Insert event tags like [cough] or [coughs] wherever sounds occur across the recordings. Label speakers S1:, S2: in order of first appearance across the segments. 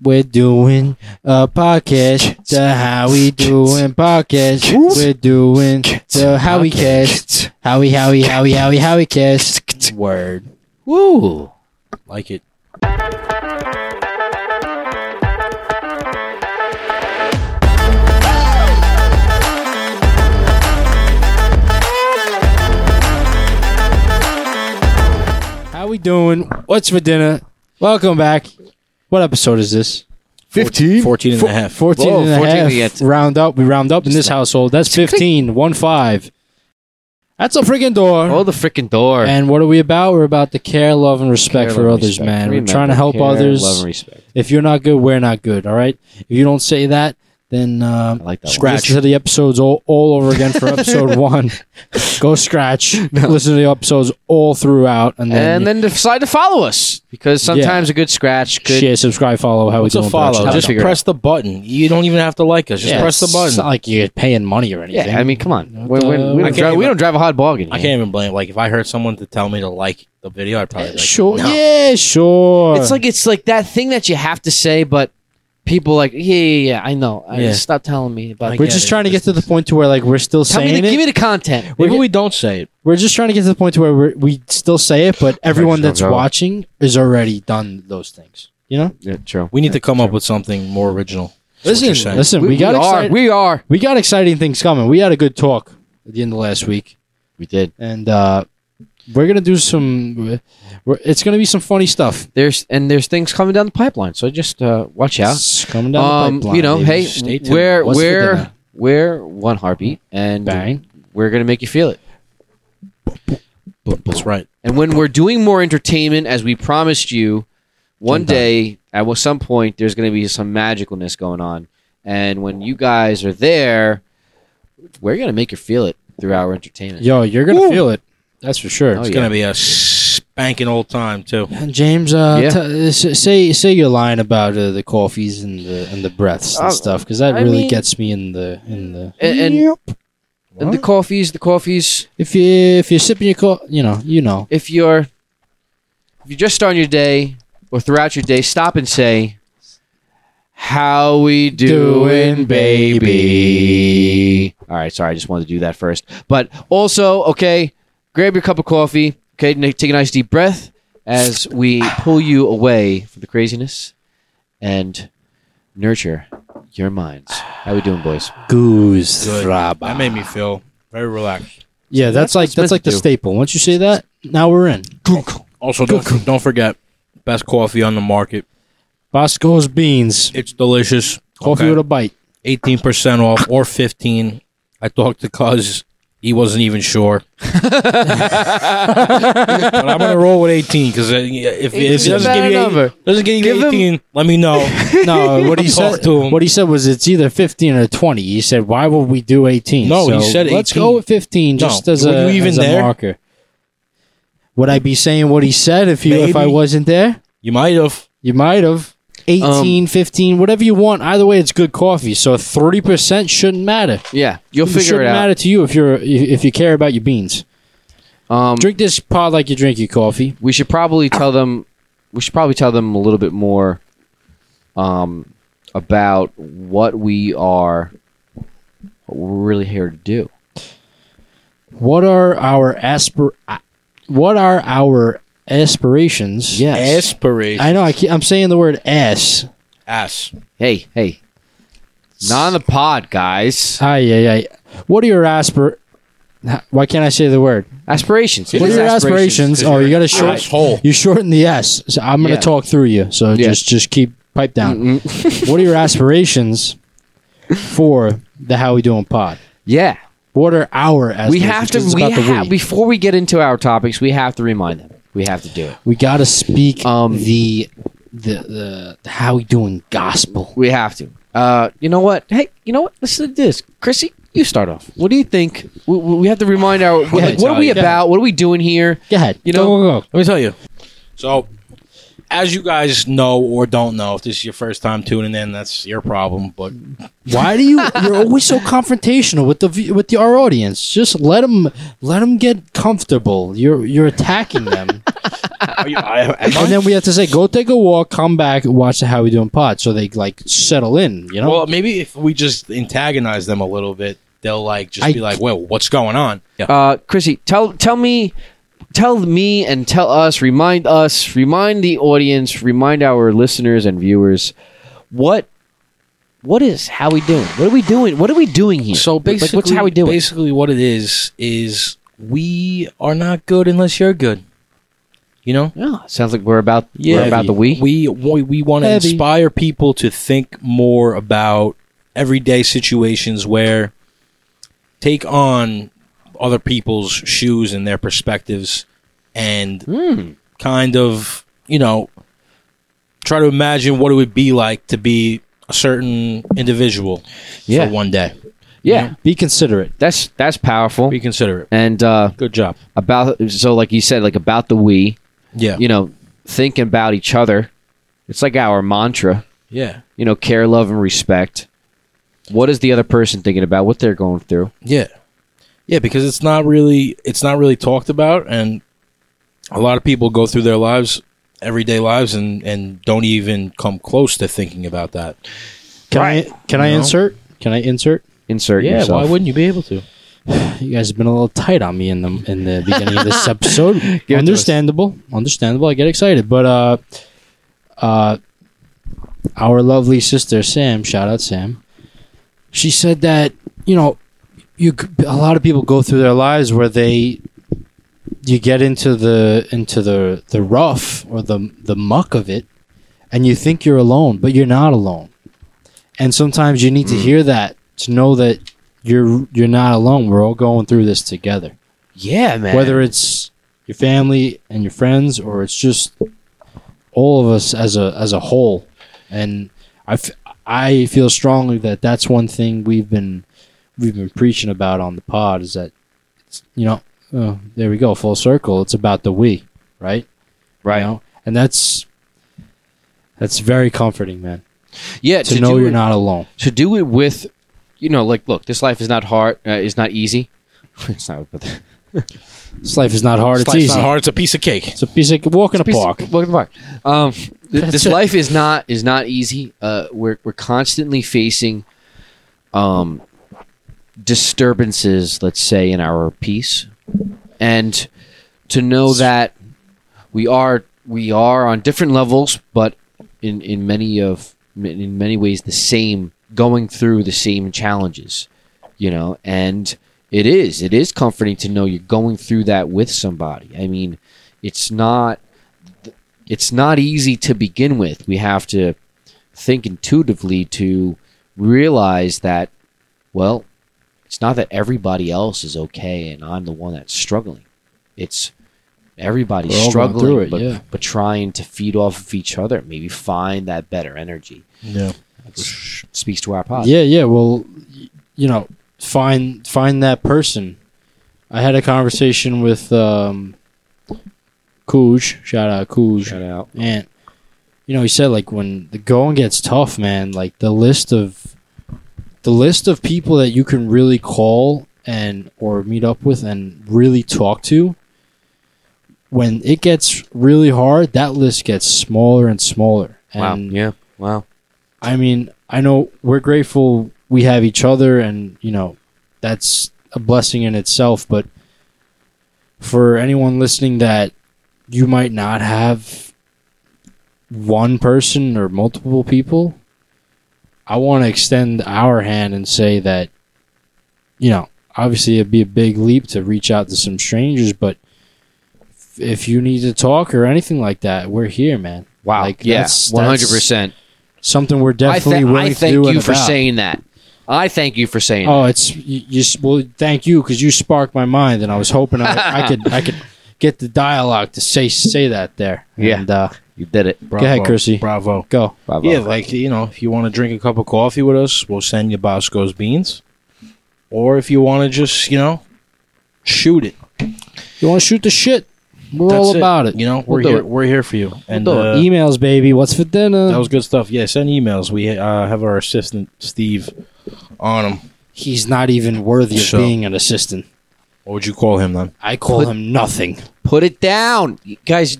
S1: We're doing a podcast. The how we doing podcast. We're doing the how we cast. Howie, howie, howie, howie, howie cast. Word.
S2: Woo! Like it.
S1: How we doing? What's for dinner? Welcome back. What episode is this?
S3: 15?
S2: 14 and a half.
S1: 14
S2: Whoa,
S1: and a
S2: 14
S1: half.
S2: we get.
S1: Round up. We round up in this household. That's 15. One five. That's a freaking door.
S2: Oh, the freaking door.
S1: And what are we about? We're about the care, love, and respect
S2: Care,
S1: for
S2: love,
S1: others,
S2: respect.
S1: man.
S2: Remember,
S1: We're trying to help
S2: care,
S1: others.
S2: Love and respect.
S1: If you're not good, we're not good. All right. If you don't say that, then um,
S2: I like that
S1: scratch listen to the episodes all, all over again for
S2: [laughs]
S1: episode one. Go scratch. Listen to the episodes all throughout, and
S2: one.
S1: then,
S2: And then decide to follow us because sometimes a good scratch could.
S1: share, subscribe, follow. How
S3: What's
S1: we
S3: a
S1: doing?
S3: follow?
S1: production.
S3: Just
S2: figure it
S3: press the button. You don't even have to like us. Just
S1: Yeah,
S3: press the
S1: It's
S3: button.
S1: not like you're paying money or anything.
S2: Yeah, I mean, come on. We're,
S1: Uh,
S2: we're, we,
S1: I
S2: don't
S3: can't
S2: drive, we
S3: even-
S2: don't drive a hot bargain.
S3: I
S2: here.
S3: can't even blame. Like, if I heard someone to tell me to like the video, I'd probably be like,
S1: sure.
S3: no.
S1: Yeah, sure.
S2: It's like it's like that thing that you have to say, but people like, yeah, yeah, yeah. I know. I
S3: Yeah.
S2: Stop telling me about.
S3: I
S1: we're
S3: get
S1: just
S3: it.
S1: trying to get to the point to where like we're still
S2: Tell me
S1: saying
S2: the,
S1: it.
S2: give me the content.
S3: Maybe we don't say it.
S1: we're just trying to get to the point to where we're, we still say it, but everyone that's
S2: Right.
S1: watching is already done those things. You know,
S2: Yeah, true.
S3: We need to come up with something more original. That's what
S1: listen,
S3: you're saying.
S1: listen. We, got
S2: are.
S1: excited-
S2: We are.
S1: we got exciting things coming. We had a good talk at the end of last week,
S2: We did.
S1: and uh, we're gonna do some. We're, it's gonna be some funny stuff.
S2: There's and there's things coming down the pipeline. So just uh, watch out.
S1: It's coming down the
S2: um,
S1: pipeline.
S2: you know,
S1: baby.
S2: hey,
S1: Stay tuned.
S2: we're
S1: What's for
S2: we're
S1: dinner?
S2: we're one heartbeat, and
S1: bang.
S2: we're gonna make you feel it.
S3: That's right.
S2: And when we're doing more entertainment, as we promised you, one
S1: Sometime.
S2: day at some point, there's gonna be some magicalness going on. And when you guys are there, we're gonna make you feel it through our entertainment.
S1: Yo, you're gonna
S2: Woo.
S1: feel it. That's for sure.
S2: Oh,
S3: It's
S2: yeah.
S3: going to be a spanking old time, too.
S1: And James, uh,
S2: Yeah.
S1: t- s- say say you're lying about uh, the coffees and the and the breaths and
S2: Uh,
S1: stuff because that
S2: I
S1: really
S2: mean-
S1: gets me in the in the.
S2: And- and- And the
S3: What?
S2: coffees, the coffees.
S1: if you if you're sipping your coffee, you know you know.
S2: If you're if you're just starting your day or throughout your day, stop and say, "How we doing, baby?" All right, sorry, I just wanted to do that first. But also, okay, grab your cup of coffee. Okay, n- take a nice deep breath as we pull you away from the craziness and nurture your minds. How we doing, boys?
S1: Goose
S3: Good. That
S1: thraba.
S3: made me feel very relaxed.
S1: Yeah, that's like
S2: it's
S1: that's
S2: meant
S1: like
S2: to
S1: the
S2: do.
S1: staple. Once you say that, now we're in.
S3: Also, don't, don't forget, best coffee on the market.
S1: Bosco's beans,
S3: It's delicious.
S1: coffee
S3: Okay.
S1: with a bite.
S3: eighteen percent off or fifteen. I talked to Cuz. He wasn't
S1: [laughs]
S3: even sure. but I'm gonna roll with eighteen because if, if he
S2: It's a
S3: doesn't give
S2: better
S3: you
S2: number.
S3: doesn't give you
S2: Give him-
S3: eighteen, let me know.
S1: No, what he
S3: Talk
S1: said.
S3: to him.
S1: What he said was it's either fifteen or twenty. He said, "Why would we do 18?
S3: No, he
S1: So
S3: said
S1: let's
S3: 18.
S1: go with fifteen
S3: No.
S1: just as
S3: Were
S1: a,
S3: you even
S1: as a
S3: there?
S1: marker." Would I be saying what he said if you if I
S3: Maybe.
S1: wasn't there?
S3: You might have.
S1: You might have. 18,
S3: Um,
S1: 15, whatever you want. Either way, it's good coffee. So 30% shouldn't matter.
S2: Yeah, you'll
S1: It
S2: figure
S1: shouldn't
S2: it out.
S1: matter to you if you're if you care about your beans.
S2: Um,
S1: Drink this pod like you drink your coffee.
S2: we should probably tell them we should probably tell them a little bit more um, about what we are what we're really here to do
S1: What are our aspir? uh, What are our aspirations?
S2: yes
S3: Aspiration.
S1: I know. I keep, I'm saying the word ass.
S3: Ass.
S2: hey hey not on the pod guys
S1: Aye, aye, aye. What are your aspir? Why can't I say the word?
S2: aspirations
S1: What are your aspirations? Oh, you got to short.
S3: Asshole.
S1: You shorten the S. So I'm gonna
S2: Yeah.
S1: talk through you. So
S2: Yeah.
S1: just just keep pipe down. [laughs]
S2: [laughs]
S1: what are your aspirations for the How We Doing Pod?
S2: yeah
S1: What are our aspirations?
S2: we have to
S1: Because it's
S2: we
S1: about the
S2: ha-
S1: we.
S2: before we get into our topics we have to remind them we have to do it
S1: We gotta speak
S2: Um,
S1: the, the the the how we doing gospel.
S2: we have to uh, you know what hey you know what listen to this chrissy you start off what do you think we, we have to remind our [laughs] like, what are we
S1: Italian.
S2: about what are we doing here
S1: Go ahead.
S2: You know-
S1: Go, go, go.
S3: Let me tell you. So, as you guys know or don't know, if this is your first time tuning in, that's your problem. But
S1: Why do you? You're always so confrontational with the v- with the, our audience. Just let them let them get comfortable. You're you're attacking
S3: [laughs]
S1: them,
S3: are you, I, am I?
S1: and then we have to say, "Go take a walk, come back, watch the How We Doing Pod," so they like settle in. [laughs] You know,
S3: well, maybe if we just antagonize them a little bit, they'll like just
S1: I-
S3: be like, "Well, what's going on?" Yeah.
S2: Uh, Chrissy, tell tell me, tell me, and tell us. Remind us. Remind the audience. Remind our listeners and viewers. What what is how we doing? What are we doing? What are we doing here?
S3: So basically,
S2: like, what's how we doing?
S3: Basically, what it is is we are not good unless you're good. You know,
S2: Yeah, sounds like we're about we're
S3: Heavy.
S2: about the we.
S3: We we, we want to
S1: Heavy.
S3: inspire people to think more about everyday situations where take on other people's shoes and their perspectives, and
S2: Hmm.
S3: kind of you know try to imagine what it would be like to be a certain individual
S2: Yeah.
S3: for one day.
S2: Yeah,
S1: be considerate.
S2: that's that's powerful.
S3: Be considerate.
S2: And uh,
S3: Good job.
S2: about so like you said, like about the we.
S3: Yeah.
S2: You know, thinking about each other. It's like our mantra.
S3: Yeah.
S2: you know, care, love, and respect. What is the other person thinking about? What they're going through?
S3: Yeah. Yeah, because it's not really it's not really talked about and a lot of people go through their lives everyday lives and and don't even come close to thinking about that.
S1: Can I can I
S3: You know?
S1: insert? Can I insert?
S2: Insert yourself.
S3: wouldn't you be able to?
S1: You guys have been a little tight on me in the in the beginning of
S2: [laughs]
S1: this episode.
S2: to us.
S1: understandable, understandable. I get excited, but uh, uh, our lovely sister Sam, shout out Sam. She said that you know, you g- a lot of people go through their lives where they you get into the into the the rough or the the muck of it, and you think you're alone, but you're not alone. And sometimes you
S2: Mm.
S1: need to hear that to know that you're you're not alone. We're all going through this together
S2: yeah, man.
S1: whether it's your family and your friends or it's just all of us as a as a whole and I, f- I feel strongly that that's one thing we've been we've been preaching about on the pod is that it's, you know oh, there we go full circle it's about the we right
S2: right.
S1: you know? and that's that's very comforting man
S2: yeah,
S1: to, know
S2: do
S1: you're
S2: it,
S1: not alone
S2: to do it with, you know, like look, this life is not hard. Uh, it's not easy. [laughs] it's not. But
S1: this life is not hard it's,
S3: it's
S1: easy
S3: not hard, it's a piece of cake.
S1: it's a piece of walk in a park
S2: Walk in the park. Um, th- this
S1: it.
S2: life is not is not easy. Uh, we're we're constantly facing, um, disturbances. Let's say in our peace, and to know that we are we are on different levels, but in in many of in many ways the same, going through the same challenges, you know, and. It is. It is comforting to know you're going through that with somebody. I mean, it's not it's not easy to begin with. We have to think intuitively to realize that, well, it's not that everybody else is okay and I'm the one that's struggling. It's everybody's
S1: We're all going
S2: struggling,
S1: through it,
S2: but,
S1: yeah.
S2: but trying to feed off of each other, maybe find that better energy.
S3: Yeah.
S2: That's- speaks to our pod.
S1: Yeah, yeah. Well, y- you know, find find that person. I had a conversation with um, Cooge. Shout out Cooge.
S2: Shout out.
S1: And you know, he said like when the going gets tough, man, like the list of the list of people that you can really call and or meet up with and really talk to when it gets really hard, that list gets smaller and smaller.
S2: Wow.
S1: And
S2: Yeah. Wow.
S1: I mean, I know we're grateful we have each other, and you know, that's a blessing in itself. But for anyone listening, that you might not have one person or multiple people, I want to extend our hand and say that, you know, obviously it'd be a big leap to reach out to some strangers, but if you need to talk or anything like that, we're here, man.
S2: Wow.
S1: Like,
S2: yes.
S1: that's-
S2: One hundred
S1: that's-
S2: percent.
S1: something we're definitely
S2: I, thank-
S1: willing
S2: I
S1: to do
S2: thank
S1: and
S2: you for
S1: about.
S2: saying that. I thank you for saying
S1: Oh, it's you, you. s- Well, thank you because you sparked my mind, and I was hoping I, I could I could get the dialogue to say say that there.
S2: Yeah.
S1: and, uh,
S2: that. You did it.
S1: Go ahead, Chrissy.
S3: Bravo.
S1: go.
S2: Bravo.
S3: Yeah, like you know, if you want to drink a cup of coffee with us, we'll send you Bosco's beans. Or if you want to just, you know, shoot it.
S1: You want to shoot the shit? We're
S3: That's
S1: all about it.
S3: You know, we're
S1: do
S3: here.
S1: it.
S3: We're here for you. and
S1: We'll do it.
S3: uh,
S1: emails, baby. What's for dinner?
S3: that was good stuff. Yeah, send emails. We uh, have our assistant Steve on him.
S1: He's not even worthy of
S3: So-
S1: being an assistant.
S3: What would you call him then,
S1: I call
S2: Put-
S1: him nothing.
S2: Put it down, You guys.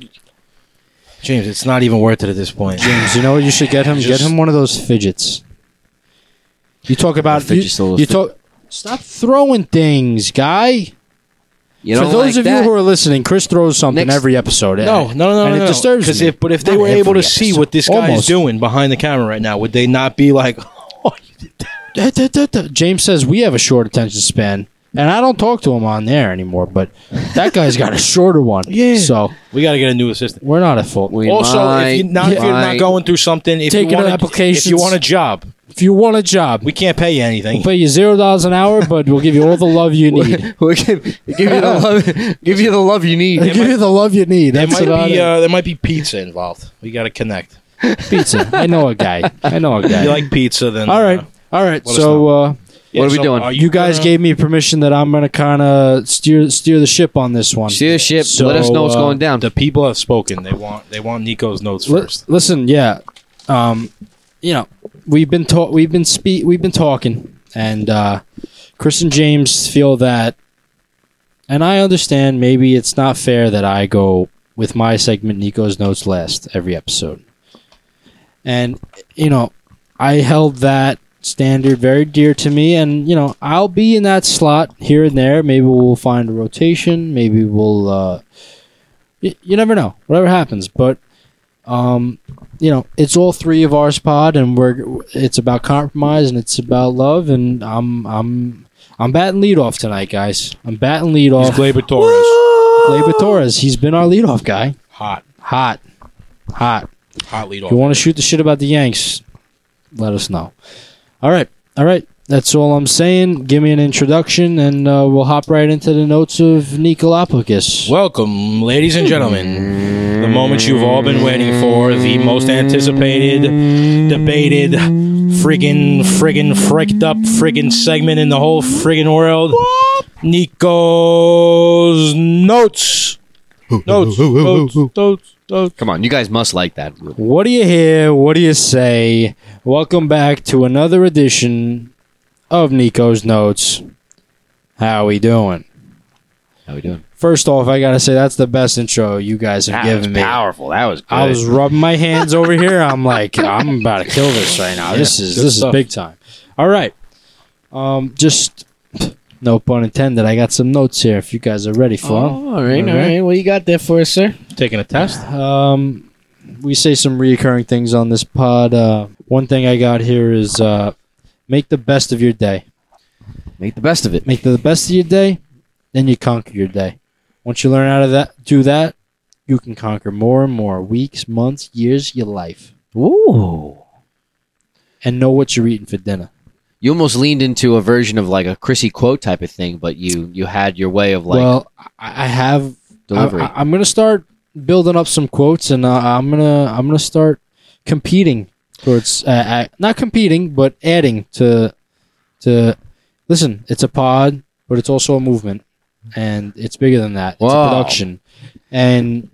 S3: James? It's not even worth it at this point.
S1: James, you know what you should get him?
S3: Just-
S1: get him one of those fidgets. You talk about
S2: The fidget's a
S1: you,
S2: little
S1: you
S2: fi-
S1: talk. Stop throwing things, guy.
S2: You
S1: For
S2: know,
S1: those
S2: like
S1: of
S2: that.
S1: you who are listening, Chris throws something
S2: Next-
S1: every episode. at
S3: No, no,
S1: it,
S3: no, no,
S1: and
S3: no,
S1: it disturbs
S3: Because
S1: me.
S3: if but if they
S1: Not
S3: were able
S1: every
S3: to see
S1: episode.
S3: what this guy
S1: Almost.
S3: is doing behind the camera right now, would they not be like, [laughs] oh, you did that?
S1: Da, da, da, da. James says we have a short attention span, and I don't talk to him on there anymore. But that guy's got a shorter
S2: [laughs]
S1: one.
S3: Yeah.
S1: So
S3: we got to get a new assistant?
S1: we're not at fault.
S2: We
S3: also,
S2: might-
S3: if, you, not, if you're not
S2: might-
S3: going through something, if
S1: Taking
S3: you want
S1: in
S3: a,
S1: applications.
S3: if you want a job,
S1: If you want a job,
S3: we can't pay you anything.
S1: we'll pay you zero dollars an hour, but we'll give you all the love
S2: [laughs]
S1: you need.
S2: We'll give, give
S1: [laughs]
S2: you the love, give you the love you need.
S1: We'll give you the love you need.
S3: there
S1: That's
S3: might
S1: about
S3: be
S1: it.
S3: uh, there might be pizza involved. We got to connect.
S1: pizza. I know a guy. I
S2: [laughs]
S1: know a
S3: If
S1: guy.
S3: you like pizza, then
S1: all
S3: uh,
S1: right, all right.
S3: let us
S1: So uh,
S3: yeah,
S2: What are we doing?
S3: are
S1: you guys
S3: gonna-
S1: gave me permission that I'm gonna kind of steer steer the ship on this one. uh,
S2: Steer the ship. Let us know what's going down.
S3: The people have spoken. They want they want Nico's notes
S1: Li-
S3: first.
S1: listen, yeah, um, you know, we've been ta- we've been spe- we've been talking, and uh, Chris and James feel that, and I understand. Maybe it's not fair that I go with my segment, Nico's notes last every episode, and you know, I held that standard very dear to me, and you know, I'll be in that slot here and there. Maybe we'll find a rotation. Maybe we'll. Uh, y- you never know. Whatever happens, but um, you know, it's all three of ours pod, and we're it's about compromise and it's about love, and I'm I'm I'm batting leadoff tonight, guys. I'm batting
S3: He's
S1: leadoff.
S3: Gleyber Torres.
S1: Gleyber Torres, he's been our leadoff guy.
S3: Hot,
S1: Hot, hot.
S3: hot lead
S1: If you want to shoot the shit about the Yanks, let us know. All right, all right. That's all I'm saying. Give me an introduction, and uh, we'll hop right into the notes of Nicolopoulos.
S3: Welcome, ladies and gentlemen. The moment you've all been waiting for, the most anticipated, debated, friggin', friggin', fricked up, friggin' segment in the whole friggin' world. Nico's notes. Notes, notes, notes, notes.
S2: Come on, you guys must like that.
S1: What do you hear? What do you say? Welcome back to another edition of Nico's Notes. How we doing?
S2: How we doing?
S1: First off, I gotta say that's the best intro you guys have
S2: That was
S1: given me.
S2: powerful. That was. Good.
S1: I was rubbing my hands over here. I'm
S3: [laughs]
S1: like, I'm about to kill this right now. this is
S3: good
S1: this
S3: stuff.
S1: is big time. All right, um, just no pun intended. I got some notes here if you guys are ready for 'em.
S2: all right,
S1: all right.
S2: What you got there for us, sir?
S3: Taking a test.
S1: Um, we say some reoccurring things on this pod. Uh, one thing I got here is uh, make the best of your day.
S2: Make the best of it.
S1: Make the best of your day, then you conquer your day. Once you learn how to that, do that, you can conquer more and more weeks, months, years, your life,
S2: Ooh.
S1: and know what you're eating for dinner.
S2: You almost leaned into a version of like a Chrissy quote type of thing, but you you had your way of like
S1: well, I I have.
S2: delivery.
S1: I, am gonna start building up some quotes, and uh, I'm gonna I'm gonna start competing towards uh, uh, not competing, but adding to to. Listen, it's a pod, but it's also a movement, and it's bigger than that. It's
S2: Wow.
S1: a production, and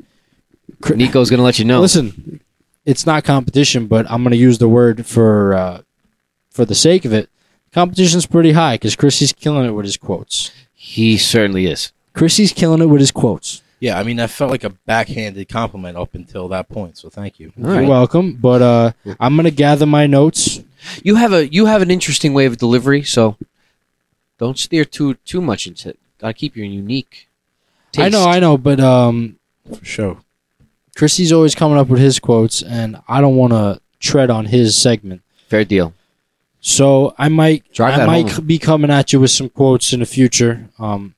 S1: cr-
S2: Nico's gonna let you know.
S1: listen, it's not competition, but I'm gonna use the word for uh, for the sake of it. Competition's pretty high because Chrissy's killing it with his quotes.
S2: He certainly is.
S1: Chrissy's killing it with his quotes.
S3: Yeah, I mean, that felt like a backhanded compliment up until that point, so thank you.
S2: All right.
S1: You're welcome. But uh, I'm gonna gather my notes.
S2: You have a you have an interesting way of delivery, so don't steer too too much into it. Gotta keep your unique. Taste.
S1: I know, I know, but um,
S3: For sure.
S1: Christy's always coming up with his quotes, and I don't want to tread on his segment.
S2: Fair deal.
S1: So I might,
S2: Drive
S1: I
S2: that
S1: might
S2: home.
S1: be coming at you with some quotes in the future, um,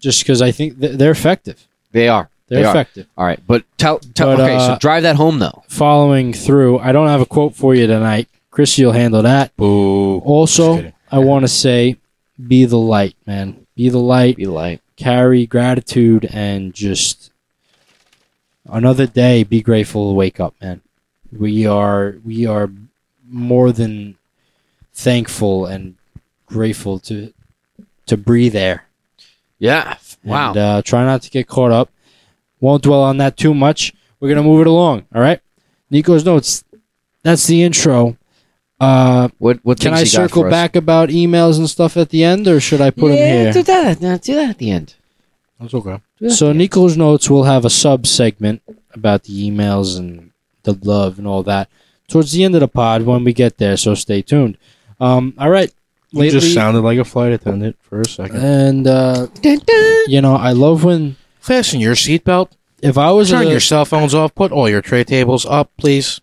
S1: just because I think th- they're effective.
S2: They are.
S1: They're
S2: They are.
S1: effective.
S2: All right, but tell tell.
S1: But,
S2: okay,
S1: uh,
S2: so drive that home though.
S1: Following through, I don't have a quote for you tonight. Christy will handle that.
S3: Boo. Just
S1: Also,
S3: kidding.
S1: I want to say, be the light, man. Be the light.
S2: Be light.
S1: carry gratitude and just another day be grateful to wake up man we are we are more than thankful and grateful to to breathe air uh,
S2: Yeah. Wow.
S1: and, uh, try not to get caught up Won't dwell on that too much. We're gonna move it along. All right. Nico's notes. That's the intro. Uh,
S2: What what
S1: can
S2: things
S1: I
S2: you got
S1: circle
S2: for us?
S1: back about emails and stuff at the end, or should I put
S2: yeah,
S1: them
S2: do
S1: here?
S2: that. No, do that at the end.
S1: That's okay.
S2: Do that
S1: So
S2: at the end.
S1: Nico's notes will have a sub segment about the emails and the love and all that towards the end of the pod when we get there. So stay tuned. Um, all right.
S3: You
S1: Lately-
S3: just sounded like a flight attendant for a second.
S1: and uh,
S2: Dun, dun.
S1: you know, I love when
S3: Fasten your seatbelt.
S1: if I was
S3: Turn
S1: a,
S3: your cell phones off. Put all your tray tables up,
S1: [laughs]
S3: please.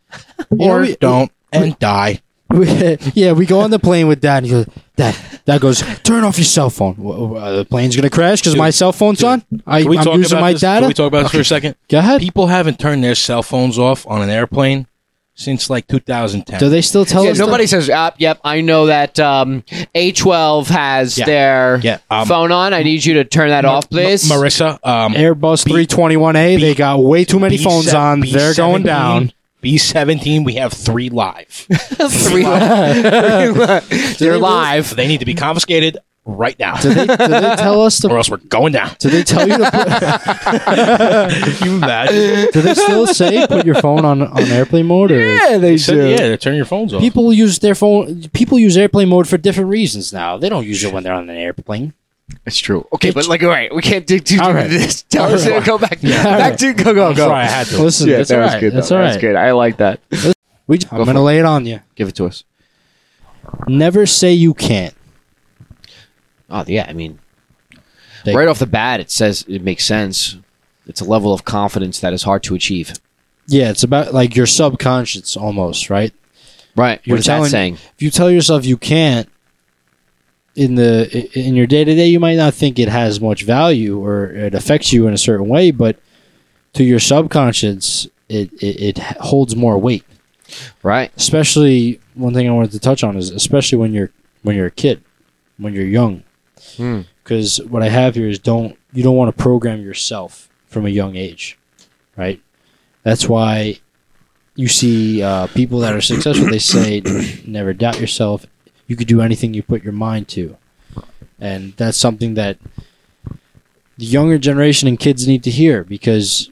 S1: know,
S3: Or
S1: we-
S3: don't and die.
S1: We- [laughs] yeah, we go on the plane with Dad. And he goes, Dad, Dad goes, turn off your cell phone. Wha- uh, the plane's gonna crash because my cell phone's on. I,
S3: Can we
S1: I'm
S3: talk
S1: using
S3: about
S1: my
S3: this?
S1: data.
S3: Can we talk about this for a second?
S1: go ahead.
S3: People haven't turned their cell phones off on an airplane since like 2010.
S1: Do they still tell
S2: Yeah,
S1: us?
S2: nobody
S1: that?
S2: says, uh, yep, I know that um, A12 has
S3: Yeah.
S2: their
S3: Yeah, um,
S2: phone on. I need you to turn that off, please.
S3: Ma- Marissa, um,
S1: Airbus 321A. they got way too many phones
S3: B7-
S1: on. They're going down.
S3: B17, we have
S1: [laughs]
S3: three live.
S2: [laughs] Three- They're live.
S3: they need to be confiscated right now,
S1: Do they, do they tell us
S3: or
S1: to?
S3: else we're going down.
S1: Do they tell you to? Put,
S3: you imagine?
S1: [laughs] do they still say put your phone on on airplane mode? Or?
S2: they
S3: yeah, they're turning your phones off.
S1: People use their phone. People use airplane mode for different reasons now. They don't use it when they're on an airplane.
S2: It's true. Okay, but like, all right, we can't do too
S1: All
S2: much
S1: right.
S2: of this. [laughs] Tell us to go back.
S1: All
S2: Back
S1: right.
S2: to go go go.
S3: Sorry, I had to.
S1: Listen, that's all right. That's all right.
S2: good. I like that.
S1: We, I'm
S2: for
S1: gonna lay it on you.
S2: Give it to us.
S1: Never say you can't.
S2: Oh yeah, I mean,
S1: They-
S2: right off the bat, it says it makes sense. It's a level of confidence that is hard to achieve.
S1: Yeah, it's about like your subconscious almost, right?
S2: Right.
S1: You're
S2: What is
S1: telling-
S2: that saying?
S1: If you tell yourself you can't in the i- in your day to day, you might not think it has much value or it affects you in a certain way, but to your subconscious, it it, it holds more weight.
S2: Right.
S1: Especially one thing I wanted to touch on is especially when you're when you're a kid, when you're young,
S2: Hmm.
S1: because what I have here is don't you don't want to program yourself from a young age, right? That's why you see uh, people that are successful. They say, [coughs] "Never doubt yourself. You could do anything you put your mind to," and that's something that the younger generation and kids need to hear because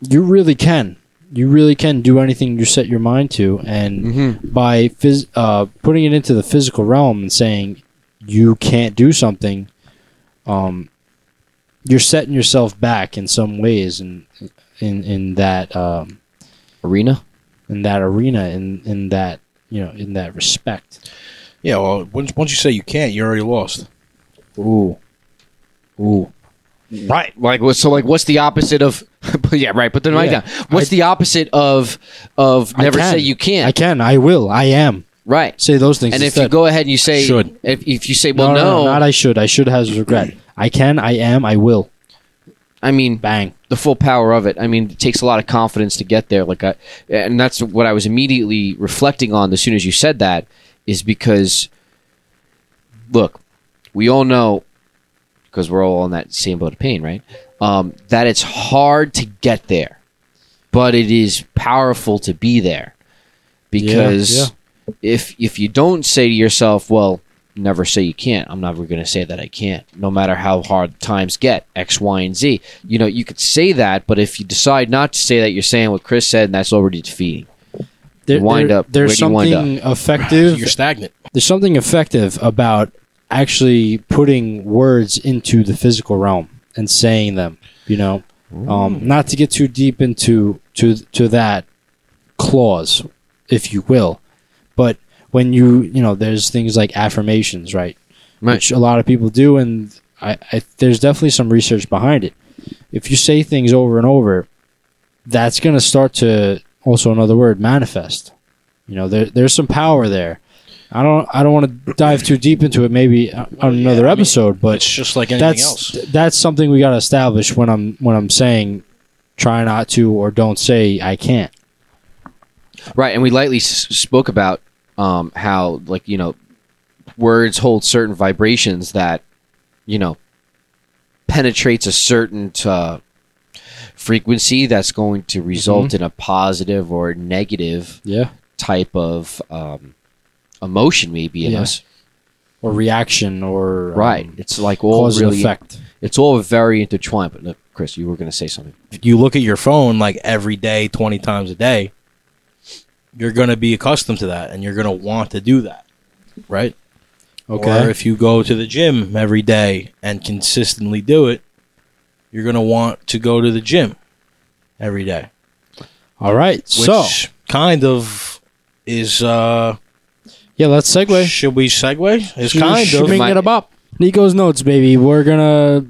S1: you really can. You really can do anything you set your mind to, and
S2: Mm-hmm.
S1: by phys- uh, putting it into the physical realm and saying you can't do something, um, you're setting yourself back in some ways in in in that um,
S2: Arena.
S1: in that arena in in that you know in that respect.
S3: Yeah, well, once, once you say you can't, you're already lost.
S1: Ooh, ooh.
S3: Right.
S2: Like what- so? Like what's the opposite of? [laughs] yeah. Right. Put the mic
S1: Yeah.
S2: down. What's the opposite of of
S1: I
S2: never
S1: can.
S2: say you can't?
S1: I can. I will. I am.
S2: Right.
S1: Say those things.
S2: And if
S1: instead.
S2: you go ahead and you say
S3: Should.
S2: if if you say well no,
S1: not I should. I should has regret. I can. I am. I will.
S2: I mean
S1: Bang.
S2: the full power of it. I mean, it takes a lot of confidence to get there. Like, I, and that's what I was immediately reflecting on as soon as you said that, is because, look, we all know, because we're all on that same boat of pain, right? Um, that it's hard to get there, but it is powerful to be there, because if if you don't say to yourself, well. Never say you can't. I'm never going to say that I can't, no matter how hard times get, X, Y, and Z you know, you could say that, but if you decide not to say that, you're saying what Chris said, and that's already defeating.
S1: There,
S2: Wind
S1: there-
S2: up.
S1: There's
S2: Where do you wind
S1: something effective
S3: You're stagnant.
S1: there's something effective about actually putting words into the physical realm and saying them you know um, not to get too deep into to to that clause if you will but when you you know there's things like affirmations right,
S2: Right.
S1: which a lot of people do and I, I there's definitely some research behind it if you say things over and over that's going to start to also another word manifest you know there, there's some power there i don't i don't want to dive too deep into it maybe uh, on
S3: yeah,
S1: another
S3: I mean,
S1: episode
S3: But
S1: but
S3: it's just like anything
S1: that's
S3: else.
S1: th- that's something we got to establish when i'm when i'm saying try not to or don't say i can't
S2: Right. And we lightly s- spoke about um, how, like, you know, words hold certain vibrations that, you know, penetrates a certain uh, frequency that's going to result
S1: Mm-hmm.
S2: in a positive or negative
S1: yeah
S2: type of um, emotion, maybe in
S1: Yeah.
S2: us.
S1: or reaction or um,
S2: Right. It's like all
S1: cause and
S2: really
S1: effect
S2: it's all very intertwined. But look, Chris, you were going to say something.
S3: you look at your phone like every day, 20 times a day, you're going to be accustomed to that and you're going to want to do that. Right? Or
S1: Okay.
S3: if you go to the gym every day and consistently do it, you're going to want to go to the gym every day.
S1: All right.
S3: Which
S1: So
S3: kind of is uh
S1: yeah, let's segue.
S3: should we segue? It's
S1: Sh-
S3: kind of
S1: shimming it up. Nico's notes, baby. We're gonna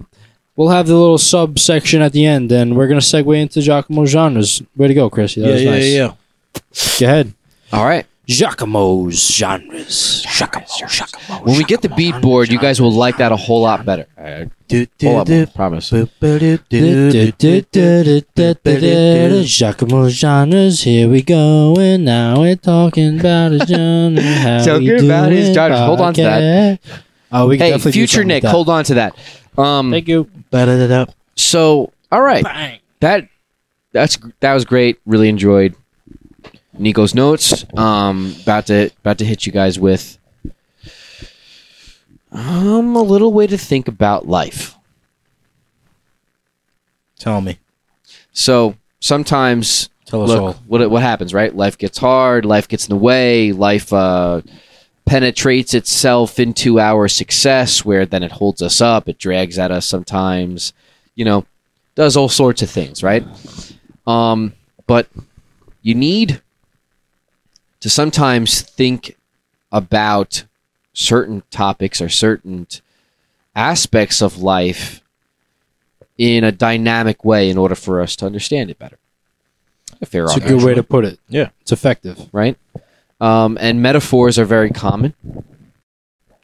S1: we'll have the little subsection at the end, and we're gonna segue into Giacomo genres. Way to go, Chrissy. That
S3: yeah,
S1: was
S3: yeah,
S1: nice.
S3: yeah.
S1: Go ahead.
S2: All right.
S1: Giacomo's genres. Giacomo, Giacomo.
S2: When we get the beat board, you guys will like that a whole lot better.
S3: Do,
S2: Whole lot more, promise.
S1: Giacomo genres, here we go, and now we're talking about his
S2: [laughs]
S1: genre. How
S2: Talking
S1: we
S2: about his
S1: doing
S2: genre. Hold on to that.
S1: podcast. Oh, we can
S2: Hey,
S1: definitely do
S2: future
S1: something
S2: Nick,
S1: with that.
S2: hold on to that. Um,
S1: Thank you.
S2: so, all right.
S1: Bang.
S2: that that's that was great. Really enjoyed Nico's notes. Um, about to about to hit you guys with um a little way to think about life.
S3: Tell me.
S2: So sometimes
S3: Tell us all.
S2: look what what happens, right? Life gets hard. Life gets in the way. Life uh, penetrates itself into our success, where then it holds us up. It drags at us sometimes. You know, does all sorts of things, right? Um, but you need to sometimes think about certain topics or certain aspects of life in a dynamic way in order for us to understand it better. If there
S1: It's
S2: are
S1: a good way to put it.
S3: Yeah.
S1: It's effective.
S2: right? Um, and metaphors are very common.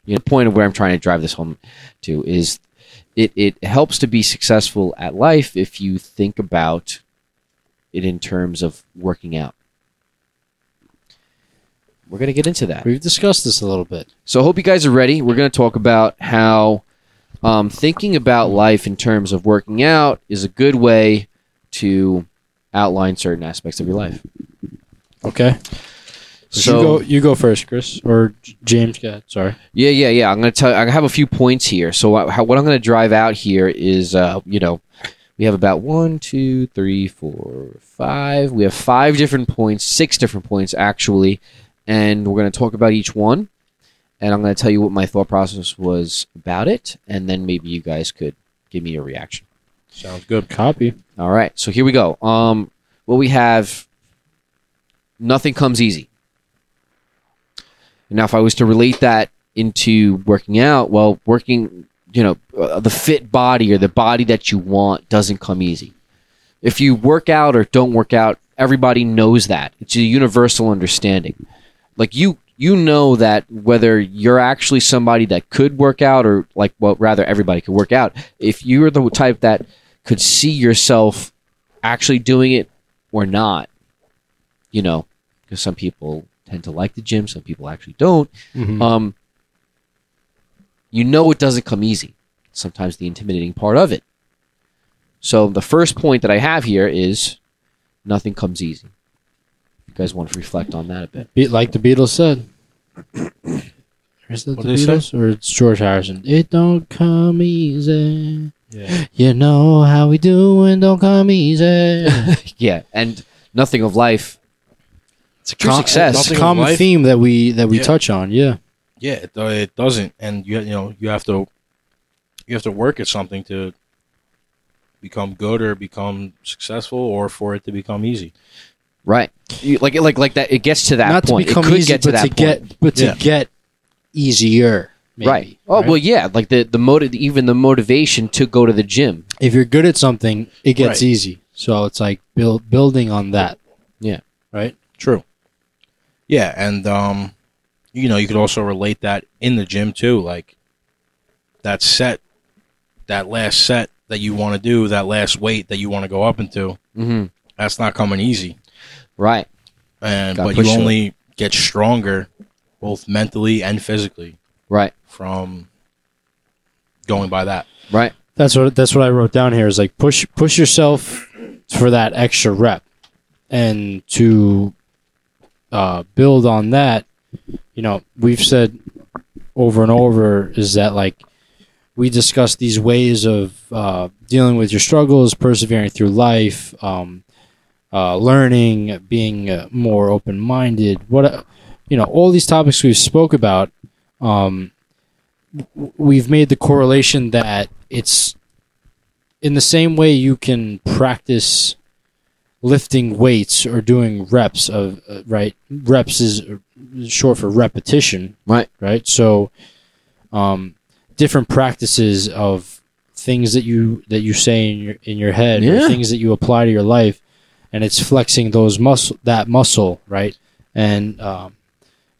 S2: You know, the point of where I'm trying to drive this home to is it, it helps to be successful at life if you think about it in terms of working out. We're going to get into that.
S1: We've discussed this a little bit.
S2: So I hope you guys are ready. We're going to talk about how um, thinking about life in terms of working out is a good way to outline certain aspects of your life.
S1: Okay. So you go, you go first, Chris or J- James. Go ahead. Sorry.
S2: Yeah, yeah, yeah. I'm gonna tell. I have a few points here. So I, how, what I'm gonna drive out here is, uh, you know, we have about one, two, three, four, five. We have five different points, six different points actually, and we're gonna talk about each one. And I'm gonna tell you what my thought process was about it, and then maybe you guys could give me a reaction.
S3: Sounds good.
S1: Copy.
S2: All right. So here we go. Um, what we have. Nothing comes easy. Now, if I was to relate that into working out, well, working, you know, uh, the fit body or the body that you want doesn't come easy. If you work out or don't work out, everybody knows that. It's a universal understanding. Like you, you know that whether you're actually somebody that could work out or like, well, rather everybody could work out. If you're the type that could see yourself actually doing it or not, you know, because some people tend to like the gym, some people actually don't.
S1: Hmm.
S2: Um, you know, it doesn't come easy. Sometimes the intimidating part of it. So the first point that I have here is nothing comes easy. You guys want to reflect on that a bit?
S1: Uh, Be- like the Beatles said. Is that
S3: What
S1: the
S3: did they say?
S1: Beatles or it's George Harrison? It don't come easy.
S3: Yeah.
S1: You know how we do, and don't come easy.
S2: Yeah, and nothing of life. It's a true
S1: Com-
S2: success.
S1: It's a common
S3: life.
S1: theme that we that we
S3: Yeah.
S1: touch on. Yeah.
S3: Yeah, it, do- it doesn't, and you you know you have to you have to work at something to become good or become successful or for it to become easy.
S2: Right. You, like like like that. It gets to that
S1: Not to
S2: point.
S1: become
S2: it could
S1: easy,
S2: get to
S1: but
S2: that
S1: to
S2: point.
S1: get but to
S3: Yeah.
S1: get easier. maybe,
S2: right. Oh well, yeah. Like the the motive, even the motivation to go to the gym.
S1: if you're good at something, it gets
S3: Right.
S1: easy. So it's like build building on that.
S2: Yeah.
S1: Right.
S3: True. Yeah, and um, you know you could also relate that in the gym too, like that set, that last set that you want to do, that last weight that you want to go up into.
S2: Mm-hmm.
S3: That's not coming easy,
S2: Right.
S3: and
S2: Gotta
S3: but
S2: push
S3: you
S2: through it.
S3: only get stronger, both mentally and physically,
S2: Right.
S3: from going by that.
S2: Right.
S1: That's what that's what I wrote down here is like push push yourself for that extra rep and to uh, build on that, you know, we've said over and over is that like we discuss these ways of uh, dealing with your struggles, persevering through life, um, uh, learning, being uh, more open minded. What you know, all these topics we've spoke about. Um, w- we've made the correlation that it's in the same way you can practice lifting weights or doing reps of uh, right reps is uh, short for repetition
S2: Right.
S1: right so um different practices of things that you that you say in your in your head
S2: Yeah.
S1: or things that you apply to your life and it's flexing those muscle that muscle right and um,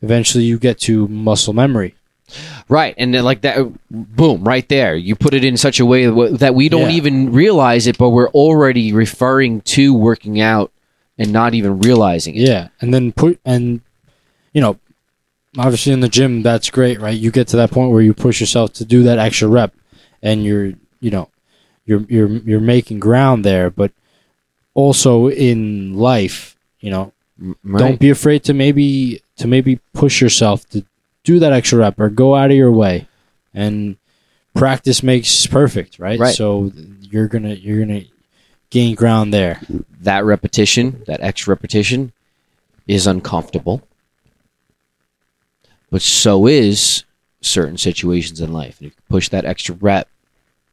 S1: eventually you get to muscle memory
S2: Right, and then like that, boom, right there. You put it in such a way wh- that we don't
S1: Yeah.
S2: even realize it, but we're already referring to working out and not even realizing it.
S1: yeah and then put and you know obviously in the gym that's great right you get to that point where you push yourself to do that extra rep and you're you know you're you're you're making ground there but also in life you know
S2: M- right?
S1: don't be afraid to maybe to maybe push yourself to do that extra rep or go out of your way and practice makes perfect right,
S2: Right.
S1: so you're gonna you're gonna gain ground there
S2: that repetition, that X repetition, is uncomfortable. But so is certain situations in life. And if you push that extra rep,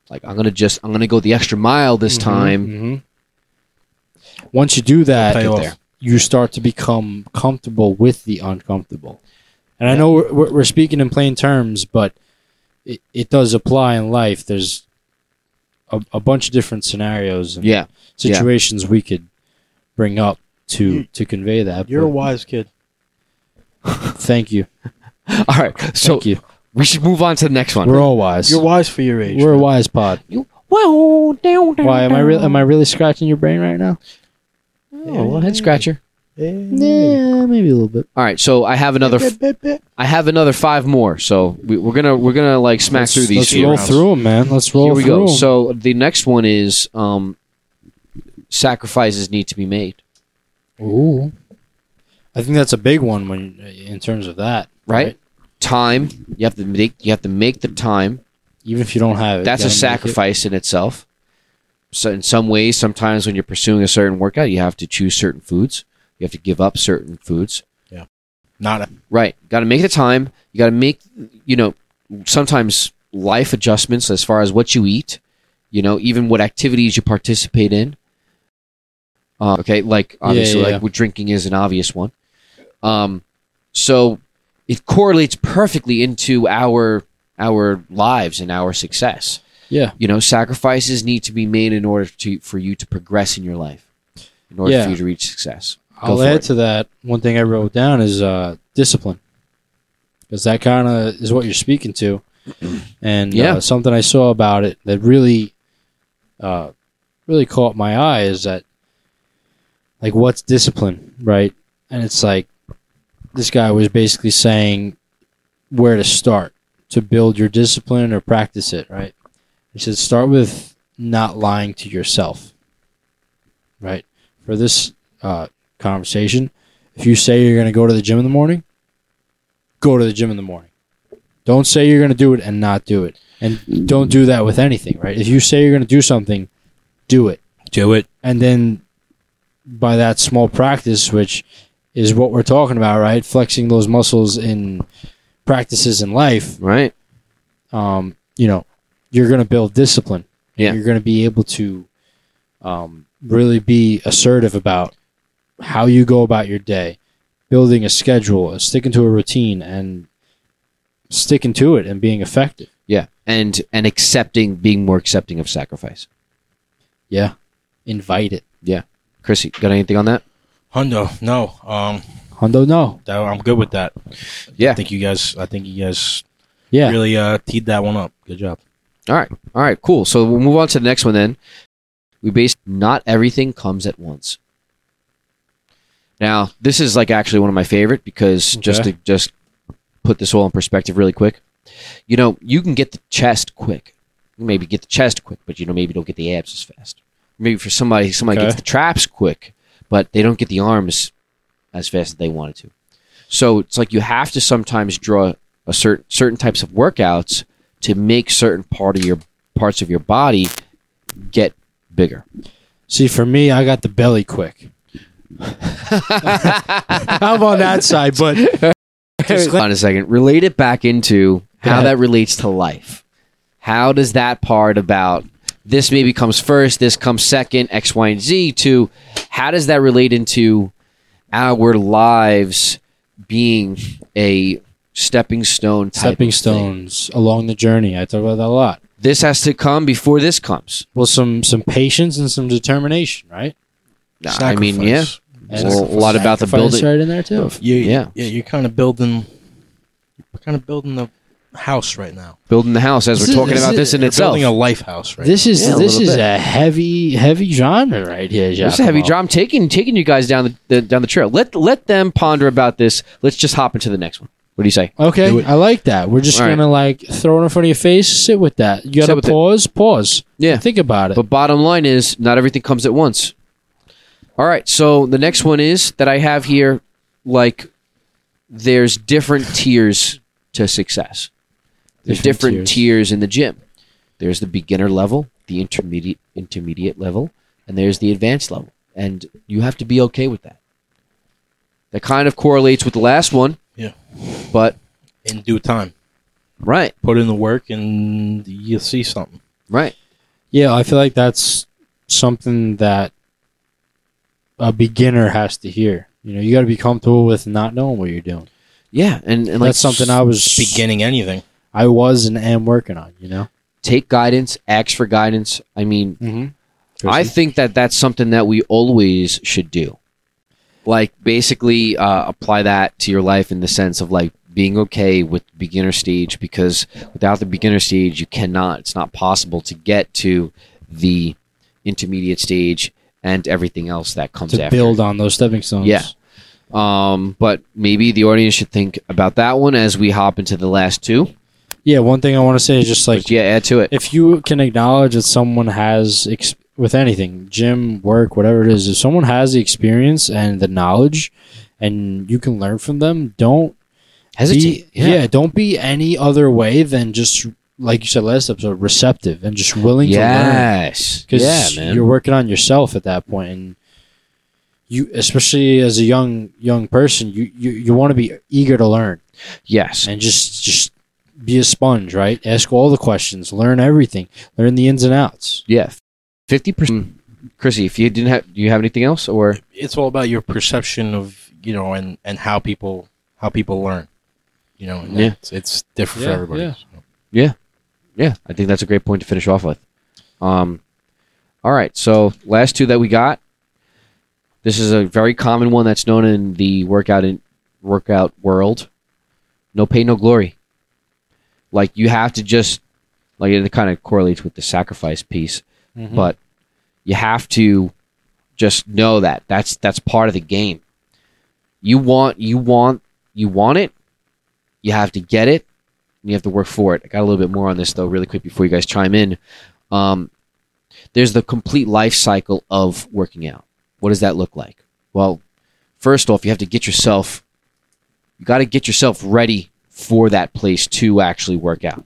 S2: like I'm gonna just I'm gonna go the extra mile this
S1: Mm-hmm.
S2: time.
S1: Mhm. once you do that
S3: Pay
S1: you,
S3: off.
S1: start to become comfortable with the uncomfortable and i know we're, we're- we're speaking in plain terms but it, it does apply in life there's a, a bunch of different scenarios and
S2: Yeah. Yeah.
S1: situations we could bring up to to convey that
S4: You're a
S1: but
S4: wise kid.
S1: thank you
S2: All right. So
S1: thank
S2: [laughs]
S1: you
S2: we should move on to the next one.
S1: we're all wise
S4: You're wise for your age.
S1: we're a wise pod
S2: You- Whoa, down, down,
S1: why am i
S2: down.
S1: really am i really scratching your brain right now
S2: Oh, well, head scratcher.
S4: Yeah.
S1: maybe a little bit
S2: All right, so I have another. f- I have another five more. So we, we're gonna we're gonna like smack through these.
S1: let's
S2: few
S1: roll
S2: rounds.
S1: through them man let's roll
S2: Here we
S1: through
S2: go.
S1: 'em.
S2: So the next one is um, sacrifices need to be made.
S1: Ooh. I think that's a big one when uh, in terms of that,
S2: Right. Time you have to make you have to make the time.
S1: Even if you don't have it,
S2: That's
S1: you
S2: a
S1: gotta make it.
S2: sacrifice in itself. So in some ways, sometimes when you're pursuing a certain workout, you have to choose certain foods. You have to give up certain foods.
S3: Not a-
S2: Right. Got to make the time. You got to make, you know, sometimes life adjustments as far as what you eat, you know, even what activities you participate in. Uh, okay. Like,
S1: Yeah,
S2: obviously,
S1: yeah, yeah.
S2: like with drinking is an obvious one. Um, so it correlates perfectly into our our lives and our success.
S1: Yeah.
S2: You know, sacrifices need to be made in order to for you to progress in your life, in order
S1: Yeah.
S2: for you to reach success. Go
S1: I'll
S2: for
S1: add
S2: it.
S1: to that one thing I wrote down is uh, discipline, because that kind of is what you're speaking to, [clears throat] and
S2: Yeah.
S1: uh, something I saw about it that really, uh, really caught my eye is that, like, what's discipline, right? And it's like, this guy was basically saying where to start to build your discipline or practice it, right? He said start with not lying to yourself, right? For this uh, conversation. If you say you're going to go to the gym in the morning, go to the gym in the morning. Don't say you're going to do it and not do it. And don't do that with anything, right? If you say you're going to do something, do it.
S3: do it.
S1: And then by that small practice, which is what we're talking about, right? Flexing those muscles in practices in life,
S2: Right.
S1: um, you know, you're going to build discipline. And
S2: Yeah.
S1: You're going to be able to um, really be assertive about how you go about your day, building a schedule, uh, sticking to a routine, and sticking to it and being effective.
S2: Yeah, and and accepting, being more accepting of sacrifice.
S1: Yeah. Invite it.
S2: Chrissy, got anything on that?
S3: Hundo, no. Um,
S1: Hondo, no.
S3: that, I'm good with that.
S2: Yeah.
S3: I think you guys. I think you guys
S1: Yeah.
S3: really uh, teed that one up. Good job.
S2: All right, all right, cool. So we'll move on to the next one then. We base not everything comes at once. Now this is like actually one of my favorite because just to
S1: Okay.
S2: just put this all in perspective really quick, you know you can get the chest quick, You maybe get the chest quick, but you know maybe don't get the abs as fast. Maybe for somebody somebody
S1: Okay.
S2: gets the traps quick, but they don't get the arms as fast as they wanted to. So it's like you have to sometimes draw a certain certain types of workouts to make certain part of your parts of your body get bigger.
S1: See, for me, I got the belly quick. [laughs] I'm on that side,
S2: [laughs]
S1: but
S2: Hold on a second. Relate it back into
S1: Go
S2: how
S1: ahead.
S2: that relates to life. How does that part about this maybe comes first, this comes second, X, Y, and Z to how does that relate into our lives being a stepping stone type
S1: stepping
S2: of thing?
S1: stones along the journey. I talk about that a lot.
S2: This has to come before this comes.
S1: Well, some some patience and some determination, right?
S2: Nah, I mean, yeah.
S1: And
S2: Well, a lot about the
S1: sacrifice
S2: building.
S1: right in there too.
S3: You,
S2: Yeah.
S3: yeah, yeah. You're kind of building, you're kind of building the house right now.
S2: Building the house as
S1: This
S2: we're
S1: is-
S2: talking
S1: this
S2: about
S1: is-
S2: this in
S3: You're
S2: itself.
S3: building a life house right.
S1: This is
S2: Yeah, a
S1: this
S2: little
S1: is
S2: bit.
S1: a heavy heavy genre right here.
S2: This is a heavy
S1: Giacomo.
S2: job. I'm taking taking you guys down the, the down the trail. Let let them ponder about this. Let's just hop into the next one. What do you say?
S1: Okay,
S3: Do it.
S1: I like that. We're just
S2: All right.
S1: gonna like throw it in front of your face. Sit with that. You
S2: Sit
S1: gotta
S2: with it.
S1: pause, pause.
S2: Yeah.
S1: think about it.
S2: But bottom line is, not everything comes at once. All right. So the next one is that I have here, like, there's different tiers to success. There's different,
S1: Different
S2: tiers. in the gym. There's the beginner level, the intermediate intermediate level, and there's the advanced level. And you have to be okay with that. That kind of correlates with the last one.
S3: Yeah.
S2: But
S3: in due time.
S2: right,
S3: Put in the work, and you'll see something.
S2: right.
S1: yeah, I feel like that's something that a beginner has to hear. You know, you gotta be comfortable with not knowing what you're doing.
S2: Yeah, and, and like
S1: that's something I was
S3: Beginning anything.
S1: I was and am working on. You know,
S2: take guidance, ask for guidance. I mean,
S1: mm-hmm.
S2: I think that that's something that we always should do. Like basically uh, apply that to your life in the sense of like being okay with beginner stage because without the beginner stage you cannot it's not possible to get to the intermediate stage and everything else that comes
S1: to
S2: after.
S1: build on those stepping stones.
S2: Yeah. Um, but maybe the audience should think about that one as we hop into the last two.
S1: yeah. One thing I want to say is just like
S2: But yeah, add to it.
S1: if you can acknowledge that someone has ex- with anything gym work whatever it is if someone has the experience and the knowledge and you can learn from them don't be,
S2: Hesitate.
S1: yeah. don't be any other way than just like you said last episode receptive and just willing to learn
S2: Yes.
S1: because
S2: yeah, man.
S1: you're working on yourself at that point and you especially as a young young person you you, you want to be eager to learn
S2: yes.
S1: and just just be a sponge right ask all the questions learn everything learn the ins and outs
S2: Yeah. Fifty percent. Mm. Chrissy, if you didn't have, do you have anything else or
S3: It's all about your perception of you know, and and how people how people learn. You know, and
S2: Yeah.
S3: it's, it's different
S1: Yeah,
S3: for everybody.
S1: yeah.
S3: So.
S2: yeah, I think that's a great point to finish off with. Um, all right, so last two that we got. This is a very common one that's known in the workout in workout world. No pain, no glory. Like you have to just like it kind of correlates with the sacrifice piece, but you have to just know that that's that's part of the game. You want you want you want it. You have to get it and you have to work for it. I got a little bit more on this though, really quick before you guys chime in. Um, there's the complete life cycle of working out. What does that look like? Well, first off, you have to get yourself, you got to get yourself ready for that place to actually work out.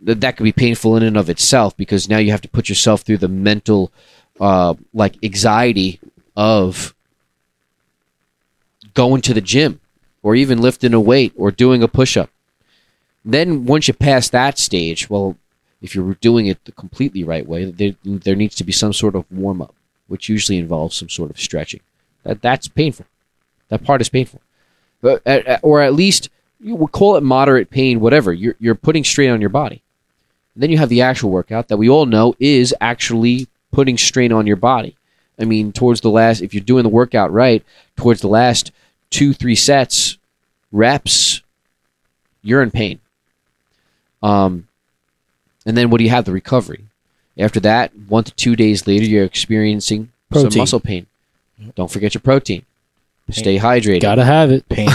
S2: That that could be painful in and of itself because now you have to put yourself through the mental, uh, like anxiety of going to the gym or even lifting a weight or doing a push up then once you pass that stage, well, if you're doing it the completely right way, there, there needs to be some sort of warm up, which usually involves some sort of stretching. That that's painful. That part is painful, but at- at- or at least you would call it moderate pain, whatever. You're you're putting strain on your body. then you have the actual workout that we all know is actually putting strain on your body. I mean, towards the last, if you're doing the workout right, towards the last two three sets, reps, you're in pain. Um, and then what do you have? The recovery. After that, one to two days later, you're experiencing some
S1: Protein.
S2: muscle pain. Don't forget your protein. Stay hydrated.
S1: Gotta have it.
S3: Pain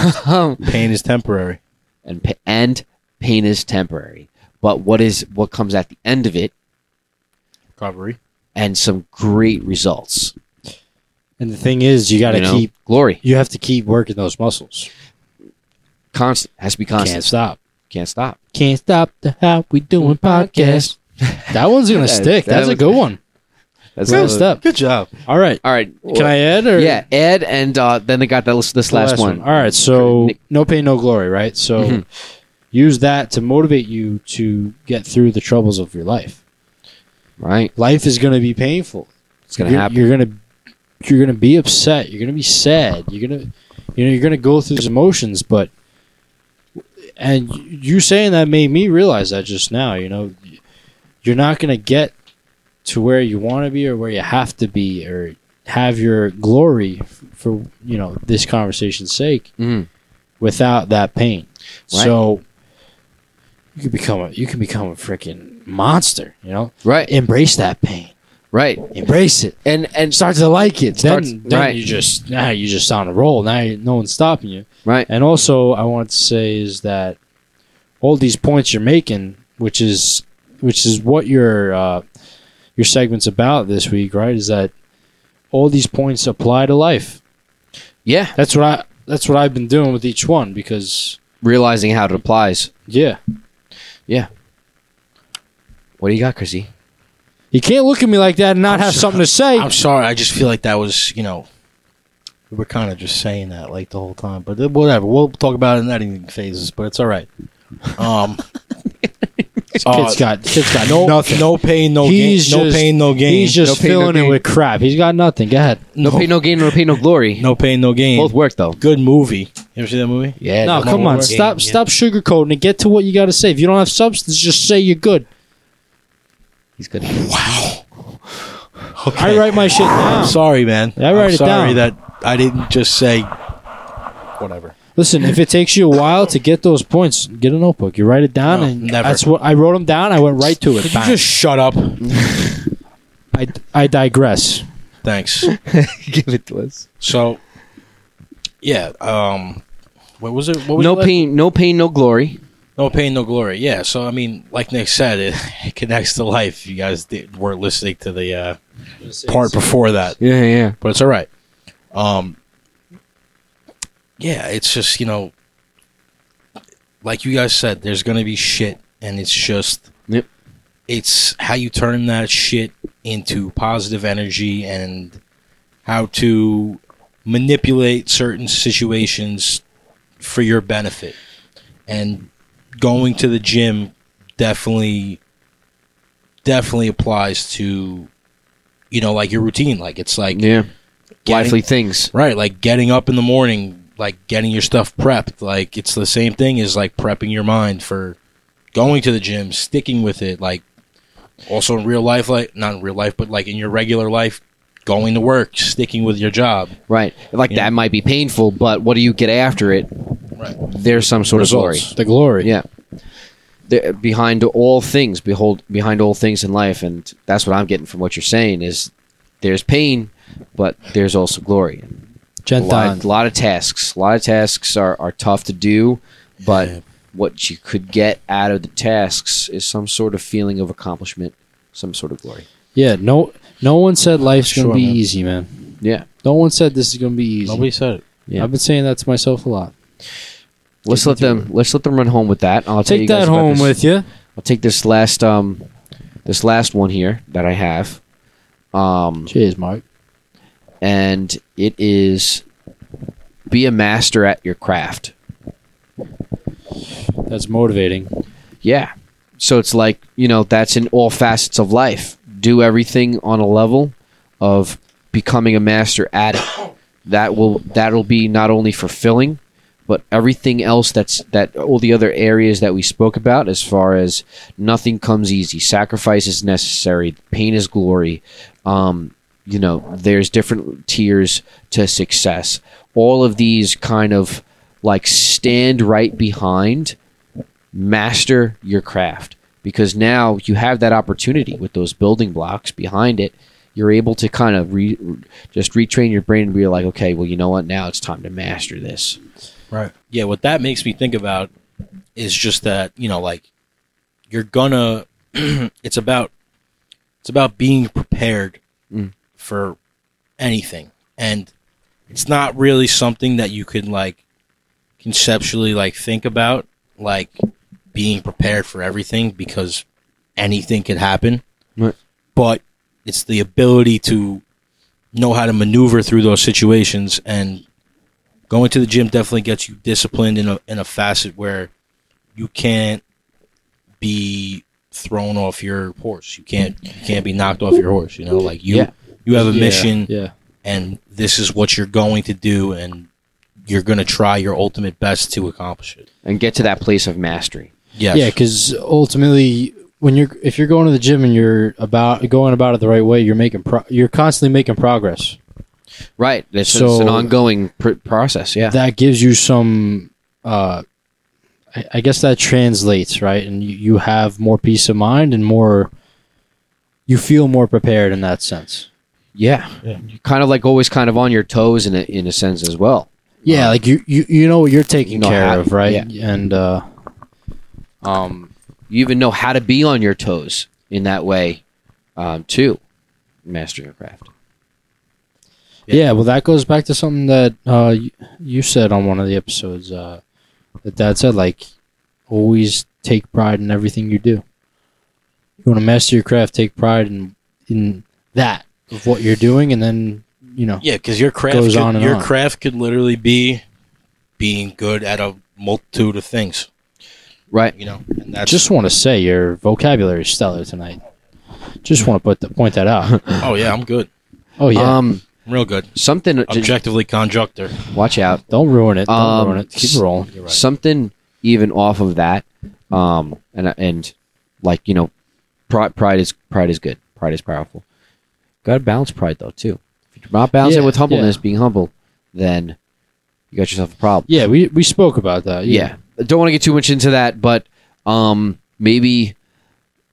S2: [laughs]
S3: pain is temporary.
S2: and pa- and pain is temporary. But what is what comes at the end of it,
S3: Recovery.
S2: and some great results.
S1: And the thing is, you gotta
S2: you know?
S1: keep.
S2: glory
S1: You have to keep working those muscles.
S2: constant. Has to be
S1: Can't
S2: constant.
S1: stop.
S2: Can't, stop.
S1: Can't stop the how we doing
S2: [laughs]
S1: podcast. That one's gonna
S2: That-
S1: stick.
S2: that
S1: That's a
S2: was-
S1: good one.
S2: That's
S1: Good stuff.
S4: Good job.
S1: All right.
S2: All right.
S1: Can I add? Or
S2: Yeah, Ed, and uh, then they got that, this
S1: the
S2: last, one.
S1: All right. So
S2: Nick.
S1: no pain, no glory. Right. So
S2: Mhm.
S1: use that to motivate you to get through the troubles of your life.
S2: Right.
S1: Life is gonna be painful.
S2: It's gonna
S1: you're,
S2: happen.
S1: You're gonna you're gonna be upset. You're gonna be sad. You're gonna you know you're gonna go through those emotions. But and you you saying that made me realize that just now. You know, you're not gonna get to where you want to be or where you have to be or have your glory for you know this conversation's sake
S2: Mhm.
S1: without that pain.
S2: Right.
S1: So you can become a you can become a freaking monster. You know,
S2: Right.
S1: embrace that pain.
S2: Right.
S1: Embrace it
S2: And and
S1: start to like it.
S2: Starts-
S1: then then
S2: right.
S1: you just now you just on a roll. Now you, no one's stopping you.
S2: right.
S1: And also, I want to say is that all these points you're making, which is which is what your uh, your segment's about this week, right? Is that all these points apply to life?
S2: Yeah.
S1: That's what I that's what I've been doing with each one because
S2: Realizing how it applies.
S1: yeah,
S2: What do you got, Chrissy?
S1: you can't look at me like that and not
S3: I'm
S1: have
S3: so-
S1: something to say.
S4: I'm sorry. I just feel like that was, you know, we were kind of just saying that like the whole time. But
S3: uh,
S4: then whatever. We'll talk about it in editing phases. But it's all right. Um,
S1: Kid's got kid's got
S3: uh, [laughs] no,
S1: nothing.
S3: no pain, no gain.
S1: He's
S3: no
S1: just-
S3: pain, no gain.
S1: He's just
S2: No pain, no
S1: filling it
S2: gain.
S1: with crap. He's got nothing. Go ahead.
S2: No, pain, no gain, no pain, no glory.
S3: no pain, no gain.
S2: Both work though.
S3: Good movie. You ever see that movie?
S2: Yeah.
S1: No, come on,
S3: work.
S1: stop,
S4: Yeah.
S1: stop sugarcoating it. Get to what you got to say. If you don't have substance, just say you're good.
S2: He's good.
S3: Okay.
S1: I write my shit
S3: I'm
S1: down.
S3: sorry, man.
S1: Yeah, write
S3: I'm
S1: it
S3: sorry
S1: down.
S3: that I didn't just say whatever.
S1: Listen, if it takes you a while to get those points, get a notebook. You write it down,
S3: No,
S1: and
S3: never.
S1: that's what I wrote them down. I went right to it.
S3: Could you
S1: Bang.
S3: just shut up?
S1: I, I digress.
S3: Thanks.
S2: [laughs] Give it to us.
S3: So, yeah. Um, what was it? What was
S2: No
S3: it like?
S2: pain, no pain, no glory.
S3: No pain, no glory. Yeah. So I mean, like Nick said, it, it [laughs] connects to life. You guys did, weren't listening to the uh, part before that,
S2: Yeah, yeah.
S3: but it's all right. Um, yeah, it's just you know, like you guys said, there's gonna be shit, and it's just
S2: Yep.
S3: it's how you turn that shit into positive energy and how to manipulate certain situations for your benefit. And going to the gym definitely definitely applies to you know like your routine like it's like
S2: Yeah.
S3: getting-
S2: Lively things.
S3: Right, like getting up in the morning, like getting your stuff prepped. Like it's the same thing as like prepping your mind for going to the gym, sticking with it. Like also in real life, like not in real life, but like in your regular life, going to work, sticking with your job.
S2: Right. Like
S3: Yeah.
S2: that might be painful, but what do you get after it?
S3: Right.
S2: There's some sort of
S3: Results.
S2: glory.
S1: The glory.
S2: Yeah. There, behind all things, behold, behind all things in life, and that's what I'm getting from what you're saying is there's pain, but there's also glory. A lot,
S1: Genton.
S2: a lot of tasks. A lot of tasks are, are tough to do, but
S3: Yeah.
S2: what you could get out of the tasks is some sort of feeling of accomplishment, some sort of glory.
S1: Yeah. No. No one said life's
S3: Sure,
S1: gonna be
S3: man.
S1: easy, man.
S2: Yeah.
S1: No one said this is gonna be easy.
S3: Nobody said it.
S2: Yeah.
S1: I've been saying that to myself a lot.
S2: Let's let them let's let them run home with that. I'll tell you
S1: Take that
S2: guys about
S1: home
S2: this-
S1: with you.
S2: I'll take this last um this last one here that I have. Um
S1: Cheers, Mark.
S2: and it is be a master at your craft.
S1: That's motivating.
S2: Yeah. So it's like, you know, that's in all facets of life. Do everything on a level of becoming a master at it. That will that'll be not only fulfilling, but everything else that's that all the other areas that we spoke about as far as nothing comes easy. Sacrifice is necessary, pain is glory. Um, you know, there's different tiers to success. All of these kind of like stand right behind master your craft because now you have that opportunity with those building blocks behind it you're able to kind of re- just retrain your brain and be like okay well you know what now it's time to master this
S3: Right. Yeah, what that makes me think about is just that, you know, like you're gonna [clears throat] it's about it's about being prepared
S2: Mm.
S3: for anything. And it's not really something that you can like conceptually like think about like being prepared for everything because anything could happen.
S2: Right.
S3: But it's the ability to know how to maneuver through those situations and going to the gym definitely gets you disciplined in a in a facet where you can't be thrown off your horse. You can't you can't be knocked off your horse, you know? Like you
S2: Yeah.
S3: you have a
S1: Yeah,
S3: mission
S1: Yeah.
S3: and this is what you're going to do and you're going to try your ultimate best to accomplish it.
S2: and get to that place of mastery.
S3: Yes.
S1: Yeah, because ultimately, when you're if you're going to the gym and you're about going about it the right way, you're making pro- you're constantly making progress.
S2: Right. It's,
S1: So-
S2: it's an ongoing pr- process. Yeah.
S1: That gives you some. Uh, I, I guess that translates right, and you, you have more peace of mind and more. You feel more prepared in that sense.
S2: yeah. You're kind of like always kind of on your toes in a, in a sense as well.
S1: Yeah,
S2: Um,
S1: like you, you Uh, you know what you're taking
S2: You know
S1: care
S2: how-
S1: of, right? And uh, um,
S2: You even know how to be on your toes in that way, um, too. Mastering your craft.
S1: Yeah. well, that goes back to something that uh, y- you said on one of the episodes. Uh, that Dad said, like, always take pride in everything you do. You want to master your craft, take pride in in that of what you're doing, and then you know,
S3: Yeah, because your craft
S1: Goes
S3: could,
S1: on and
S3: your
S1: on.
S3: craft could literally be being good at a multitude of things.
S2: Right.
S3: You know, and
S1: I
S3: that's
S1: just want to say your vocabulary is stellar tonight. Just want to put the, point that out.
S3: oh yeah, I'm good,
S1: Oh yeah,
S2: Um,
S3: I'm real good.
S2: something.
S3: Objectively conjunctor.
S2: Watch out.
S1: don't ruin it. Don't
S2: um,
S1: ruin it. Keep rolling.
S3: You're right.
S2: something even off of that um and and like you know pride, pride is pride is good pride is powerful gotta balance pride though too if you're not balancing
S1: Yeah,
S2: it with humbleness
S1: yeah.
S2: being humble then you got yourself a problem
S1: Yeah, we we spoke about that.
S2: yeah I don't want to get too much into that but um maybe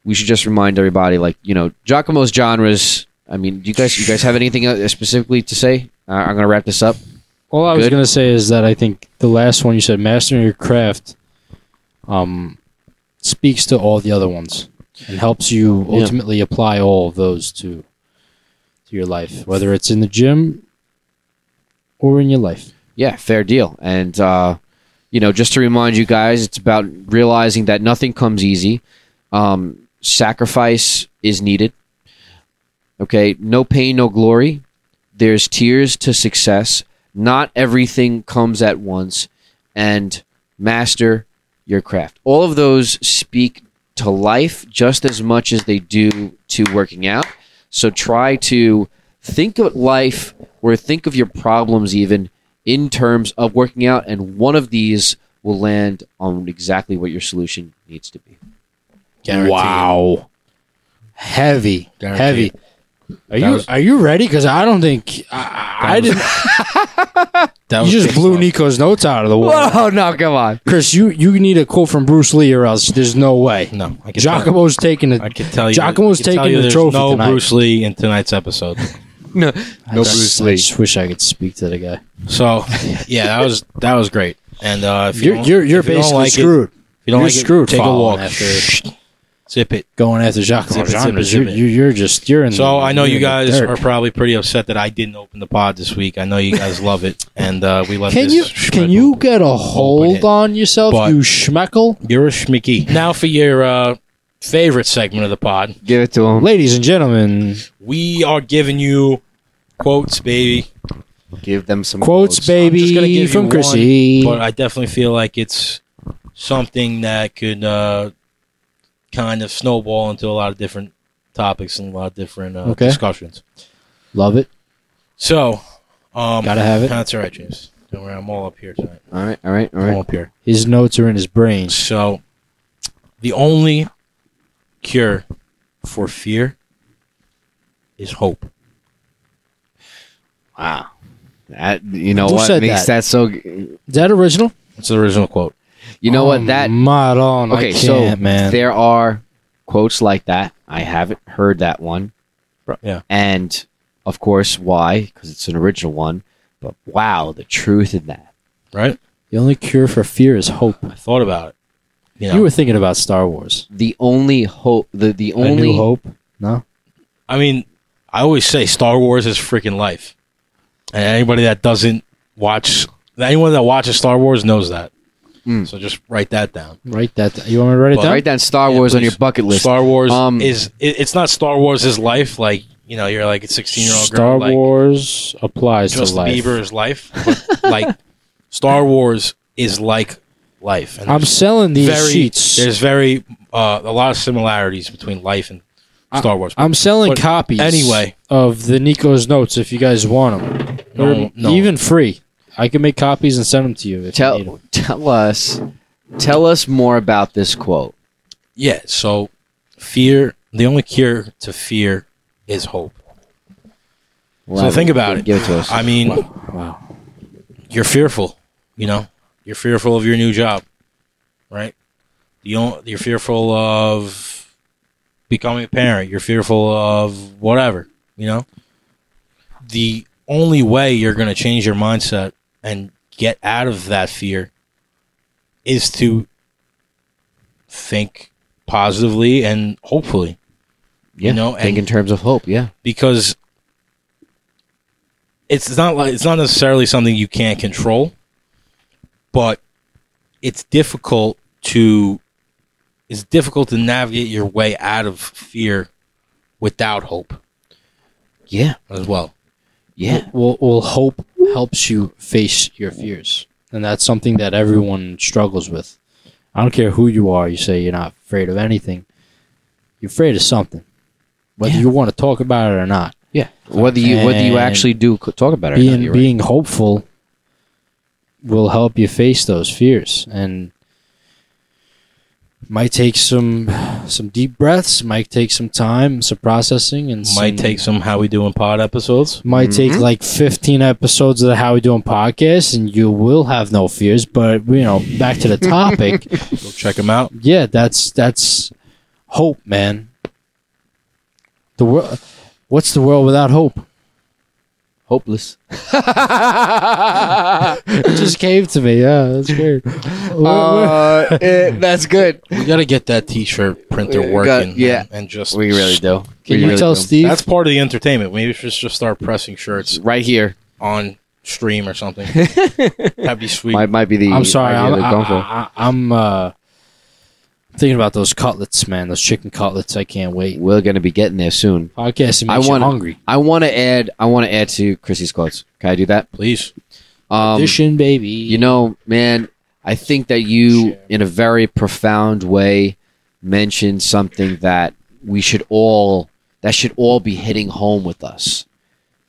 S2: we should just remind everybody like you know giacomo's genres i mean do you guys you guys have anything uh, specifically to say uh, i'm gonna wrap this up
S1: All I was
S2: Good.
S1: gonna say is that I think the last one you said, mastering your craft, um, speaks to all the other ones and helps you
S2: Yeah.
S1: ultimately apply all of those to to your life, whether it's in the gym or in your life.
S2: Yeah, fair deal. And uh, you know, just to remind you guys, it's about realizing that nothing comes easy. Um, sacrifice is needed. Okay, no pain, no glory. There's tears to success. Not everything comes at once. And master your craft. All of those speak to life just as much as they do to working out. So try to think of life or think of your problems even in terms of working out, and one of these will land on exactly what your solution needs to be.
S3: Guaranteed.
S1: Wow, heavy,
S3: Guaranteed.
S1: heavy. Are
S3: That
S1: you
S3: was-
S1: are you ready? Because I don't think I, I didn't. You
S3: That was
S1: just
S3: big
S1: blew
S3: stuff.
S1: Nico's notes out of the water,
S2: Whoa, no, come on.
S1: Chris. You you need a quote from Bruce Lee, or else there's no way.
S3: No, I can Tell
S1: Giacomo's taking
S3: you, I
S1: a
S3: can tell you.
S1: Giacomo's
S3: I can tell
S1: taking
S3: you
S1: the
S3: there's
S1: trophy
S3: No
S1: tonight.
S3: Bruce Lee in tonight's episode.
S2: No,
S1: I just- I just wish I could speak to the guy.
S3: So yeah, that was that was great. And uh, if you
S1: You're
S3: don't-
S1: you're, you're
S3: if you don't
S1: basically
S3: like it-
S1: screwed
S3: if you don't
S1: You're
S3: like it,
S1: screwed
S3: Take a
S1: following
S3: walk.
S1: after-
S3: Zip it.
S1: going after Jacques
S3: Zip it, zip it,
S1: Legendre.
S3: zip
S1: You're,
S3: it.
S1: you're you're just you're in.
S3: So I know
S1: you're
S3: you
S1: in the
S3: guys
S1: dirt.
S3: are probably pretty upset that I didn't open the pod this week. I know you guys love it, and uh, we left.
S1: Can
S3: this
S1: you
S3: schmeckle.
S1: can you get a hold
S3: it.
S1: on yourself,
S3: But-
S1: you schmeckle?
S3: You're a schmicky. Now for your uh, favorite segment of the pod,
S2: Give it to him.
S1: Ladies and gentlemen,
S3: we are giving you quotes, baby.
S2: Give them some
S1: quotes,
S3: I'm just gonna
S1: baby,
S3: give you
S1: from
S3: one,
S1: Chrissy.
S3: But I definitely feel like it's something that could uh, kind of snowball into a lot of different topics and a lot of different uh,
S1: Okay.
S3: discussions.
S1: Love it.
S3: So, um,
S1: Gotta have it.
S3: That's all right, James. Don't worry, I'm all up here tonight.
S2: All right, all right, all
S3: I'm all
S2: right.
S3: up here.
S1: His notes are in his brain.
S3: So, the only cure for fear is hope.
S2: Wow. That, you know
S1: Who
S2: what
S1: said
S2: makes
S1: that?
S2: that so? You
S1: Is that original?
S3: That's the original quote.
S2: know
S1: Oh,
S2: what that?
S1: My lord, I
S2: Okay,
S1: can't,
S2: so
S1: man.
S2: there are quotes like that. I haven't heard that one.
S3: Yeah.
S2: And of course, why? Because it's an original one. But wow, the truth in that.
S3: Right?
S1: the only cure for fear is hope.
S3: I thought about it. You know,
S1: You were thinking about Star Wars.
S2: The only hope. The the
S1: A
S2: only
S1: New hope. No.
S3: I mean, I always say Star Wars is freaking life. And anybody that doesn't watch, anyone that watches Star Wars knows that.
S2: Mm.
S3: So just write that down.
S1: Write that. down. You want me to write it
S3: But-
S1: down?
S2: Write down Star
S3: Yeah,
S2: Wars on
S3: please.
S2: your bucket list.
S3: Star Wars
S2: Um,
S3: is it, it's not Star Wars is life. Like you know, you're like a 16 year old
S1: Star
S3: girl. like,
S1: Wars applies to
S3: Justin
S1: life.
S3: Bieber's life.
S1: [laughs]
S3: but, like Star Wars is like life. And
S1: I'm
S3: there's
S1: selling these
S3: very,
S1: sheets.
S3: There's very uh, a lot of similarities between life and
S1: I-
S3: Star Wars.
S1: I'm selling
S3: But
S1: copies
S3: anyway.
S1: of the Nico's notes if you guys want them.
S3: No,
S1: They're
S3: no.
S1: even free. I can make copies and send them to you. If you need 'em.
S2: tell tell us tell us more about this quote.
S3: yeah. So fear. The only cure to fear is hope.
S2: Elaborate.
S3: think about it.
S2: Give it to us.
S3: I mean,
S1: Wow.
S3: you're fearful. You know, you're fearful of your new job, right? You don't, you're fearful of becoming a parent. You're fearful of whatever. You know, the only way you're going to change your mindset and get out of that fear is to think positively and hopefully
S2: yeah.
S3: you know,
S2: think
S3: and-
S2: in terms of hope. Yeah.
S3: because it's not like it's not necessarily something you can't control, but it's difficult to it's difficult to navigate your way out of fear without hope
S2: Yeah.
S3: as well.
S2: Yeah.
S1: Well, well, hope helps you face your fears, and that's something that everyone struggles with. I don't care who you are. You say you're not afraid of anything. You're afraid of something, whether
S2: Yeah.
S1: you want to talk about it or not.
S2: Yeah. Whether you whether you
S1: And
S2: actually do co- talk about it. or
S1: being
S2: not, you're right.
S1: being hopeful will help you face those fears and might take some some deep breaths might take some time some processing and some-
S3: Might take some how we doing pod episodes.
S1: might take
S2: Mhm.
S1: like 15 episodes of the how we doing podcast and you will have no fears but you know back to the topic
S3: Go check them out.
S1: yeah that's that's hope man the world what's the world without hope [laughs]
S2: hopeless.
S1: it just came to me yeah that's weird
S2: Uh, eh, that's good.
S3: We got to get that T-shirt printer
S2: We got-
S3: working.
S2: yeah.
S3: and just
S2: We really do.
S1: Can
S2: We
S1: you
S2: really
S1: tell
S2: do.
S1: Steve?
S3: that's part of the entertainment. Maybe we should just start pressing shirts
S2: right here?
S3: on stream
S2: [laughs]
S3: or something. That'd be sweet.
S2: Might might be the.
S1: I'm sorry.
S2: idea
S1: I'm,
S2: they're
S1: I,
S2: going for.
S1: I, I, am uh, thinking about those cutlets, man. Those chicken cutlets. I can't wait.
S2: We're gonna be getting there soon.
S1: Podcasting makes
S2: I
S1: I
S2: want
S1: you hungry.
S2: I want to add. I want to add to Chrissy's quotes. Can I do that?
S3: Please.
S2: Um,
S1: Edition, baby.
S2: You know, man, I think that you, in a very profound way, mentioned something that we should all that should all be hitting home with us,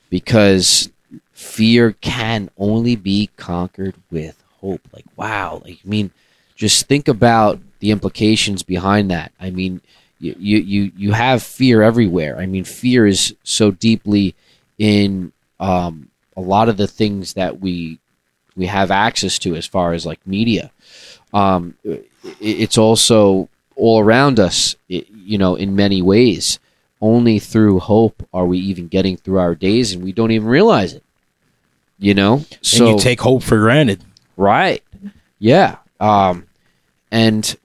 S2: because fear can only be conquered with hope. Like, wow, like I mean, just think about the implications behind that. I mean, you you you, you have fear everywhere. I mean, fear is so deeply in um, a lot of the things that we we have access to as far as like media. Um, i- it's also all around us, i- you know, in many ways. Only through hope are we even getting through our days, and we don't even realize it. You know, so
S3: and you take hope for granted.
S2: right, yeah, um, and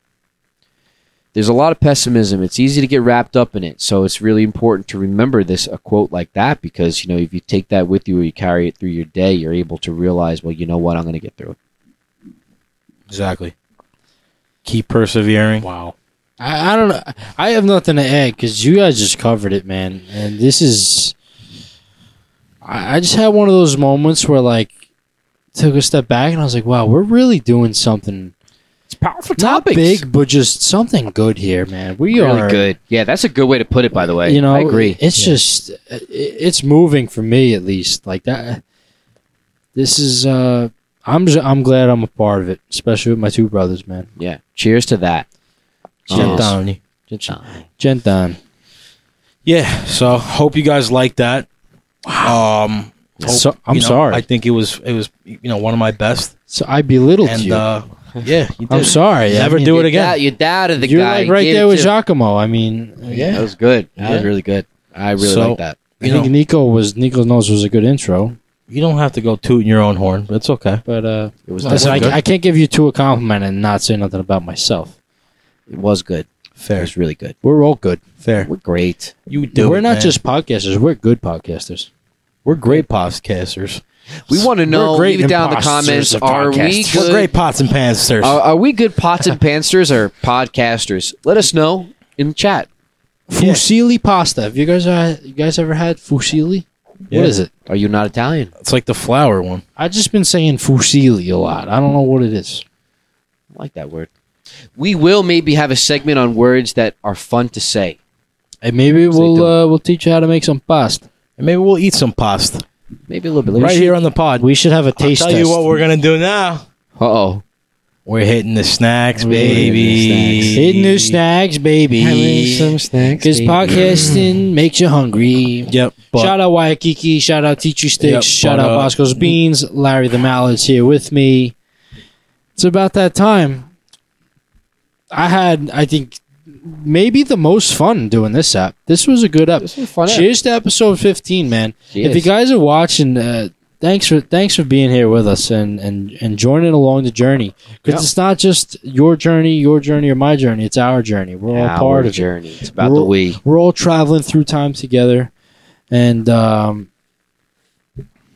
S2: there's a lot of pessimism. It's easy to get wrapped up in it, so it's really important to remember this a quote like that because you know if you take that with you or you carry it through your day, you're able to realize, well, you know what, I'm going to get through it.
S3: Exactly. Keep persevering.
S1: wow. I, I don't know. I have nothing to add because you guys just covered it, man. And this is. I, I just had one of those moments where, like, took a step back and I was like, wow, we're really doing something.
S2: It's powerful
S1: Not big, but just something good here, man. We
S2: really
S1: are
S2: good. Yeah, that's a good way to put it. By the way,
S1: you know
S2: I agree.
S1: it's
S3: Yeah.
S1: just it- it's moving for me at least like that this is uh i'm just, i'm glad i'm a part of it especially with my two brothers man
S2: Yeah, cheers to that.
S1: Cheers.
S2: Um,
S3: Gentani.
S1: gentan
S3: Yeah. So hope you guys like that. Um, hope-
S1: So- I'm
S3: you know,
S1: sorry.
S3: I think it was it was you know one of my best.
S1: so i belittled
S3: And
S1: you
S3: uh, yeah, you
S1: i'm
S3: did.
S1: sorry
S3: Never
S1: I mean,
S3: do it
S2: You
S3: again.
S2: doubt- You doubted the
S1: you're
S2: guy.
S1: like right
S2: Give
S1: there
S2: it
S1: with
S2: to-
S1: Giacomo. I mean,
S2: That
S1: yeah.
S2: was good. That was
S3: Yeah.
S2: really good. I really
S3: So,
S2: like that.
S1: I
S3: You
S1: think
S3: know,
S1: Nico was Nico's nose was a good intro,
S3: you don't have to go tooting your own horn. That's okay.
S1: but uh,
S2: It was.
S1: listen,
S2: definitely
S1: I,
S3: good.
S1: I can't give you two a compliment and not say nothing about myself.
S2: good. It was good. It
S3: Fair,
S2: was really good.
S1: We're all good.
S3: fair.
S2: We're great.
S3: You do.
S1: we're
S3: it,
S1: not
S3: man.
S1: just podcasters. We're good podcasters.
S3: we're great podcasters.
S2: We want to know.
S3: great
S2: Leave it down in the
S3: imposters
S2: comments.
S3: of
S2: Are we
S3: podcasts.
S2: good?
S4: We're great pots and pans, sir.
S3: Uh,
S2: Are, are we good pots and pansters or podcasters? Let us know in the chat.
S1: Fusilli pasta. Have you guys uh, you guys ever had fusilli?
S4: Yeah.
S1: What is it?
S2: Are you not Italian?
S4: it's like the flower one.
S1: I've just been saying fusilli a lot. I don't know what it is.
S2: I like that word. We will maybe have a segment on words that are fun to say.
S1: And maybe
S2: do.
S1: we'll uh, we'll teach you how to make some pasta.
S4: And maybe we'll eat some pasta
S2: Maybe a little bit.
S4: right here on the pod.
S1: We should have a
S4: I'll
S1: taste
S4: tell
S1: test.
S4: you what we're gonna do now.
S2: Uh oh.
S4: We're hitting the snacks,
S1: We're hitting the
S4: baby.
S1: Hitting new snacks, baby.
S2: snacks.
S1: Because podcasting makes you hungry.
S4: Yep. But
S1: shout out Waikiki. Shout out Teacher Sticks.
S4: Yep,
S1: shout
S4: but,
S1: out
S4: uh,
S1: Bosco's Beans. Larry the Mallet's here with me. It's about that time. I had, I think, maybe the most fun doing this app. This was a good app.
S2: This is fun.
S1: Cheers to episode 15, man. If you guys are watching, uh, thanks for thanks for being here with us and and and joining along the journey. Because
S2: Yeah.
S1: it's not just your journey, your journey, or my journey. It's our journey. We're all part of it
S2: journey. It's about
S1: We're
S2: the
S1: all-
S2: we.
S1: we're all traveling through time together and um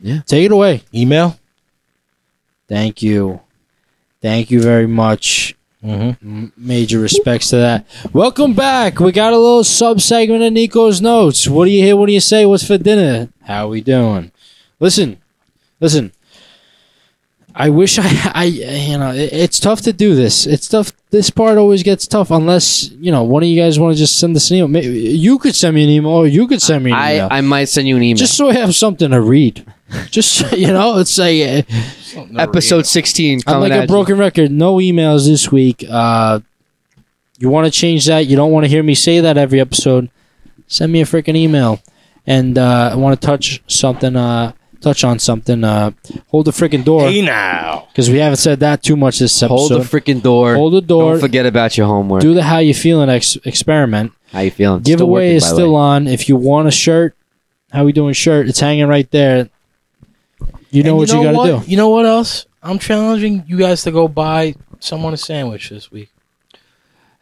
S2: Yeah.
S1: take it away
S4: email.
S1: thank you thank you very much
S4: Mm-hmm.
S1: M- major respects to that welcome back we got a little sub segment of nico's notes what do you hear what do you say what's for dinner how we doing listen listen i wish i i you know it, it's tough to do this it's tough this part always gets tough unless you know one of you guys want to just send us an email May- you could send me an email or you could send me an
S2: I,
S1: email
S2: I might send you an email.
S1: just so I have something to read. Just [laughs] so- you know, it's like uh,
S2: Episode 16
S1: I'm
S2: coming
S1: like a
S2: at you.
S1: broken record. No emails this week. Uh, you want to change that? You don't want to hear me say that every episode. Send me a freaking email, and uh, I want to touch something. Uh, touch on something. Uh, hold the freaking door
S4: Hey now.
S1: because we haven't said that too much this episode.
S2: Hold the freaking door.
S1: Hold the door.
S2: Don't forget about your homework.
S1: Do the how you feeling ex- experiment.
S2: How you feeling? Still
S1: giveaway
S2: working,
S1: is
S2: by the
S1: still
S2: way.
S1: on. If you want a shirt, how we doing shirt? It's hanging right there. You know what you got to do.
S4: You know what else? I'm challenging you guys to go buy someone a sandwich this week.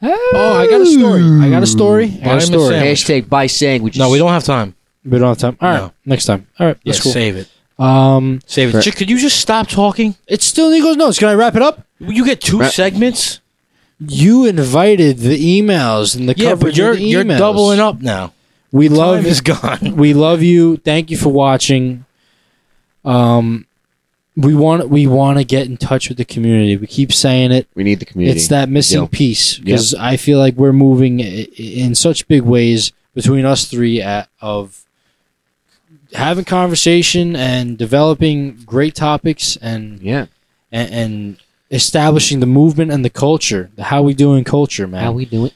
S1: Oh, I got a story. I got a story. I
S4: Buy
S1: got a
S4: him a
S1: story.
S4: sandwich.
S2: Hashtag buy sandwiches.
S4: No, we don't have time.
S1: We don't have time. All right,
S4: No.
S1: next time. All right,
S4: Yeah,
S1: that's cool.
S4: save it.
S1: Um,
S4: Save it.
S2: Right.
S4: Chick, could you just stop talking?
S1: it's still Nico's notes. Can I wrap it up?
S4: You get two
S2: Right.
S4: segments.
S1: You invited the emails and the
S4: Yeah, but
S1: coverage.
S4: you're
S1: of the
S4: you're
S1: emails.
S4: doubling up now.
S1: We
S4: Love
S1: love
S4: is gone.
S1: we love you. Thank you for watching. Um, we want we want to get in touch with the community. We keep saying it.
S2: We need the community.
S1: It's that missing
S2: Yeah.
S1: piece
S2: Yeah.
S1: because I feel like we're moving i- i- in such big ways between us three at, of having conversation and developing great topics and,
S2: yeah.
S1: and and establishing the movement and the culture, the how we doing culture, man.
S2: How we doing?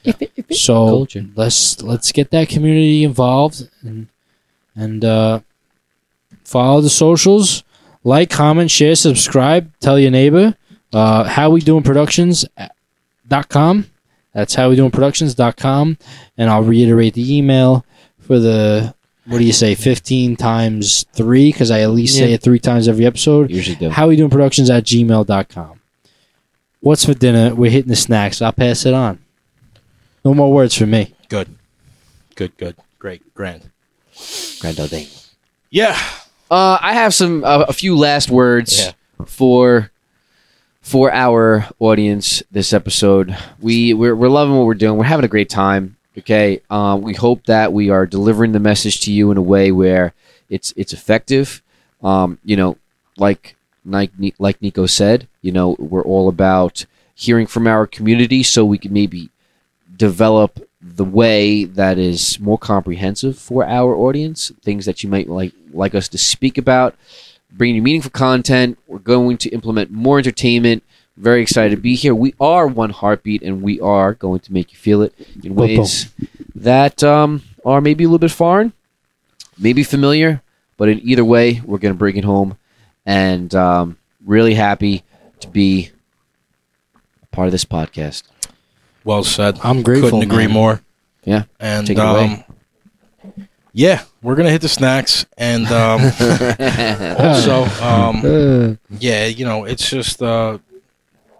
S1: so
S2: culture.
S1: let's let's get that community involved and and uh, follow the socials, like, comment, share, subscribe, tell your neighbor. Uh, how we doing productions dot com. That's how we doing productions dot com. And I'll reiterate the email for the what do you say fifteen times three because I at least say
S2: Yeah.
S1: it three times every episode
S2: Usually do.
S1: how we doing productions at gmail.com what's for dinner we're hitting the snacks i'll pass it on no more words for me
S4: [laughs] Good. Good, good. Great. Grand.
S2: Grandel Ding.
S4: Yeah.
S2: Uh, I have some uh, a few last words for for our audience this episode. We we're, we're loving what we're doing. We're having a great time. Okay, um, we hope that we are delivering the message to you in a way where it's it's effective. Um, you know, like like Ni- like Nico said, you know, we're all about hearing from our community so we can maybe develop the way that is more comprehensive for our audience things that you might like like us to speak about bringing you meaningful content we're going to implement more entertainment very excited to be here we are one heartbeat and we are going to make you feel it in
S1: Boom, boom.
S2: ways that um, are maybe a little bit foreign maybe familiar but in either way we're going to bring it home and um, really happy to be a part of this podcast
S4: Well said.
S1: i'm grateful
S4: Couldn't agree
S1: man.
S4: more.
S2: Yeah.
S4: And
S2: Take it
S4: um,
S2: away.
S4: Yeah, we're gonna hit the snacks and
S1: [laughs]
S4: um, also um,
S1: Uh,
S4: yeah, you know, it's just uh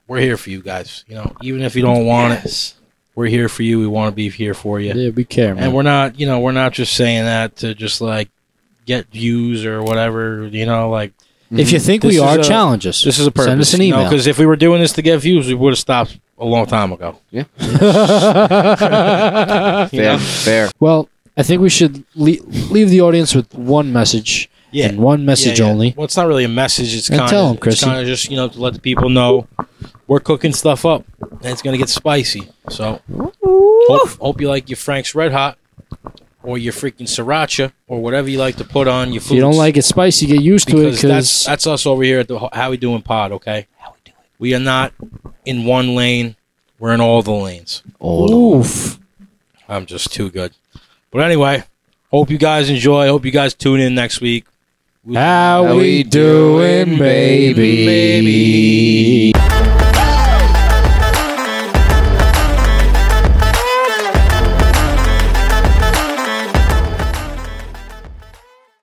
S4: we're here for you guys. You know, even if you don't want it, we're here for you. We want to be here for you.
S1: yeah we care man
S4: And we're not, you know, we're not just saying that to just like get views or whatever, you know, like
S1: If you think
S3: Mm-hmm. This
S1: we
S3: is
S1: are,
S3: a-
S1: challenge us.
S3: This is a purpose.
S1: Send us an email.
S3: Because if we were doing this to get views, we would have stopped a long time ago.
S4: [laughs]
S2: Fair, fair.
S1: well, I think we should le- leave the audience with one message and one message
S3: Yeah, yeah.
S1: only.
S3: Well, it's not really a message. It's
S1: And
S3: kind
S1: tell 'em,
S3: of
S1: Chrissy.
S3: kind of just you know to let the people know we're cooking stuff up and it's gonna get spicy. So hope, hope you like your Frank's Red Hot or your freaking sriracha or whatever you like to put on your food.
S1: If you don't like it spicy, get used to it
S3: because that's
S1: because
S3: that's us over here at the Ho- How We Doing Pod. Okay, how we doing? We are not in one lane. We're in all the lanes.
S1: oof.
S3: I'm just too good. But anyway, hope you guys enjoy. Hope you guys tune in next week.
S1: How we doing, baby?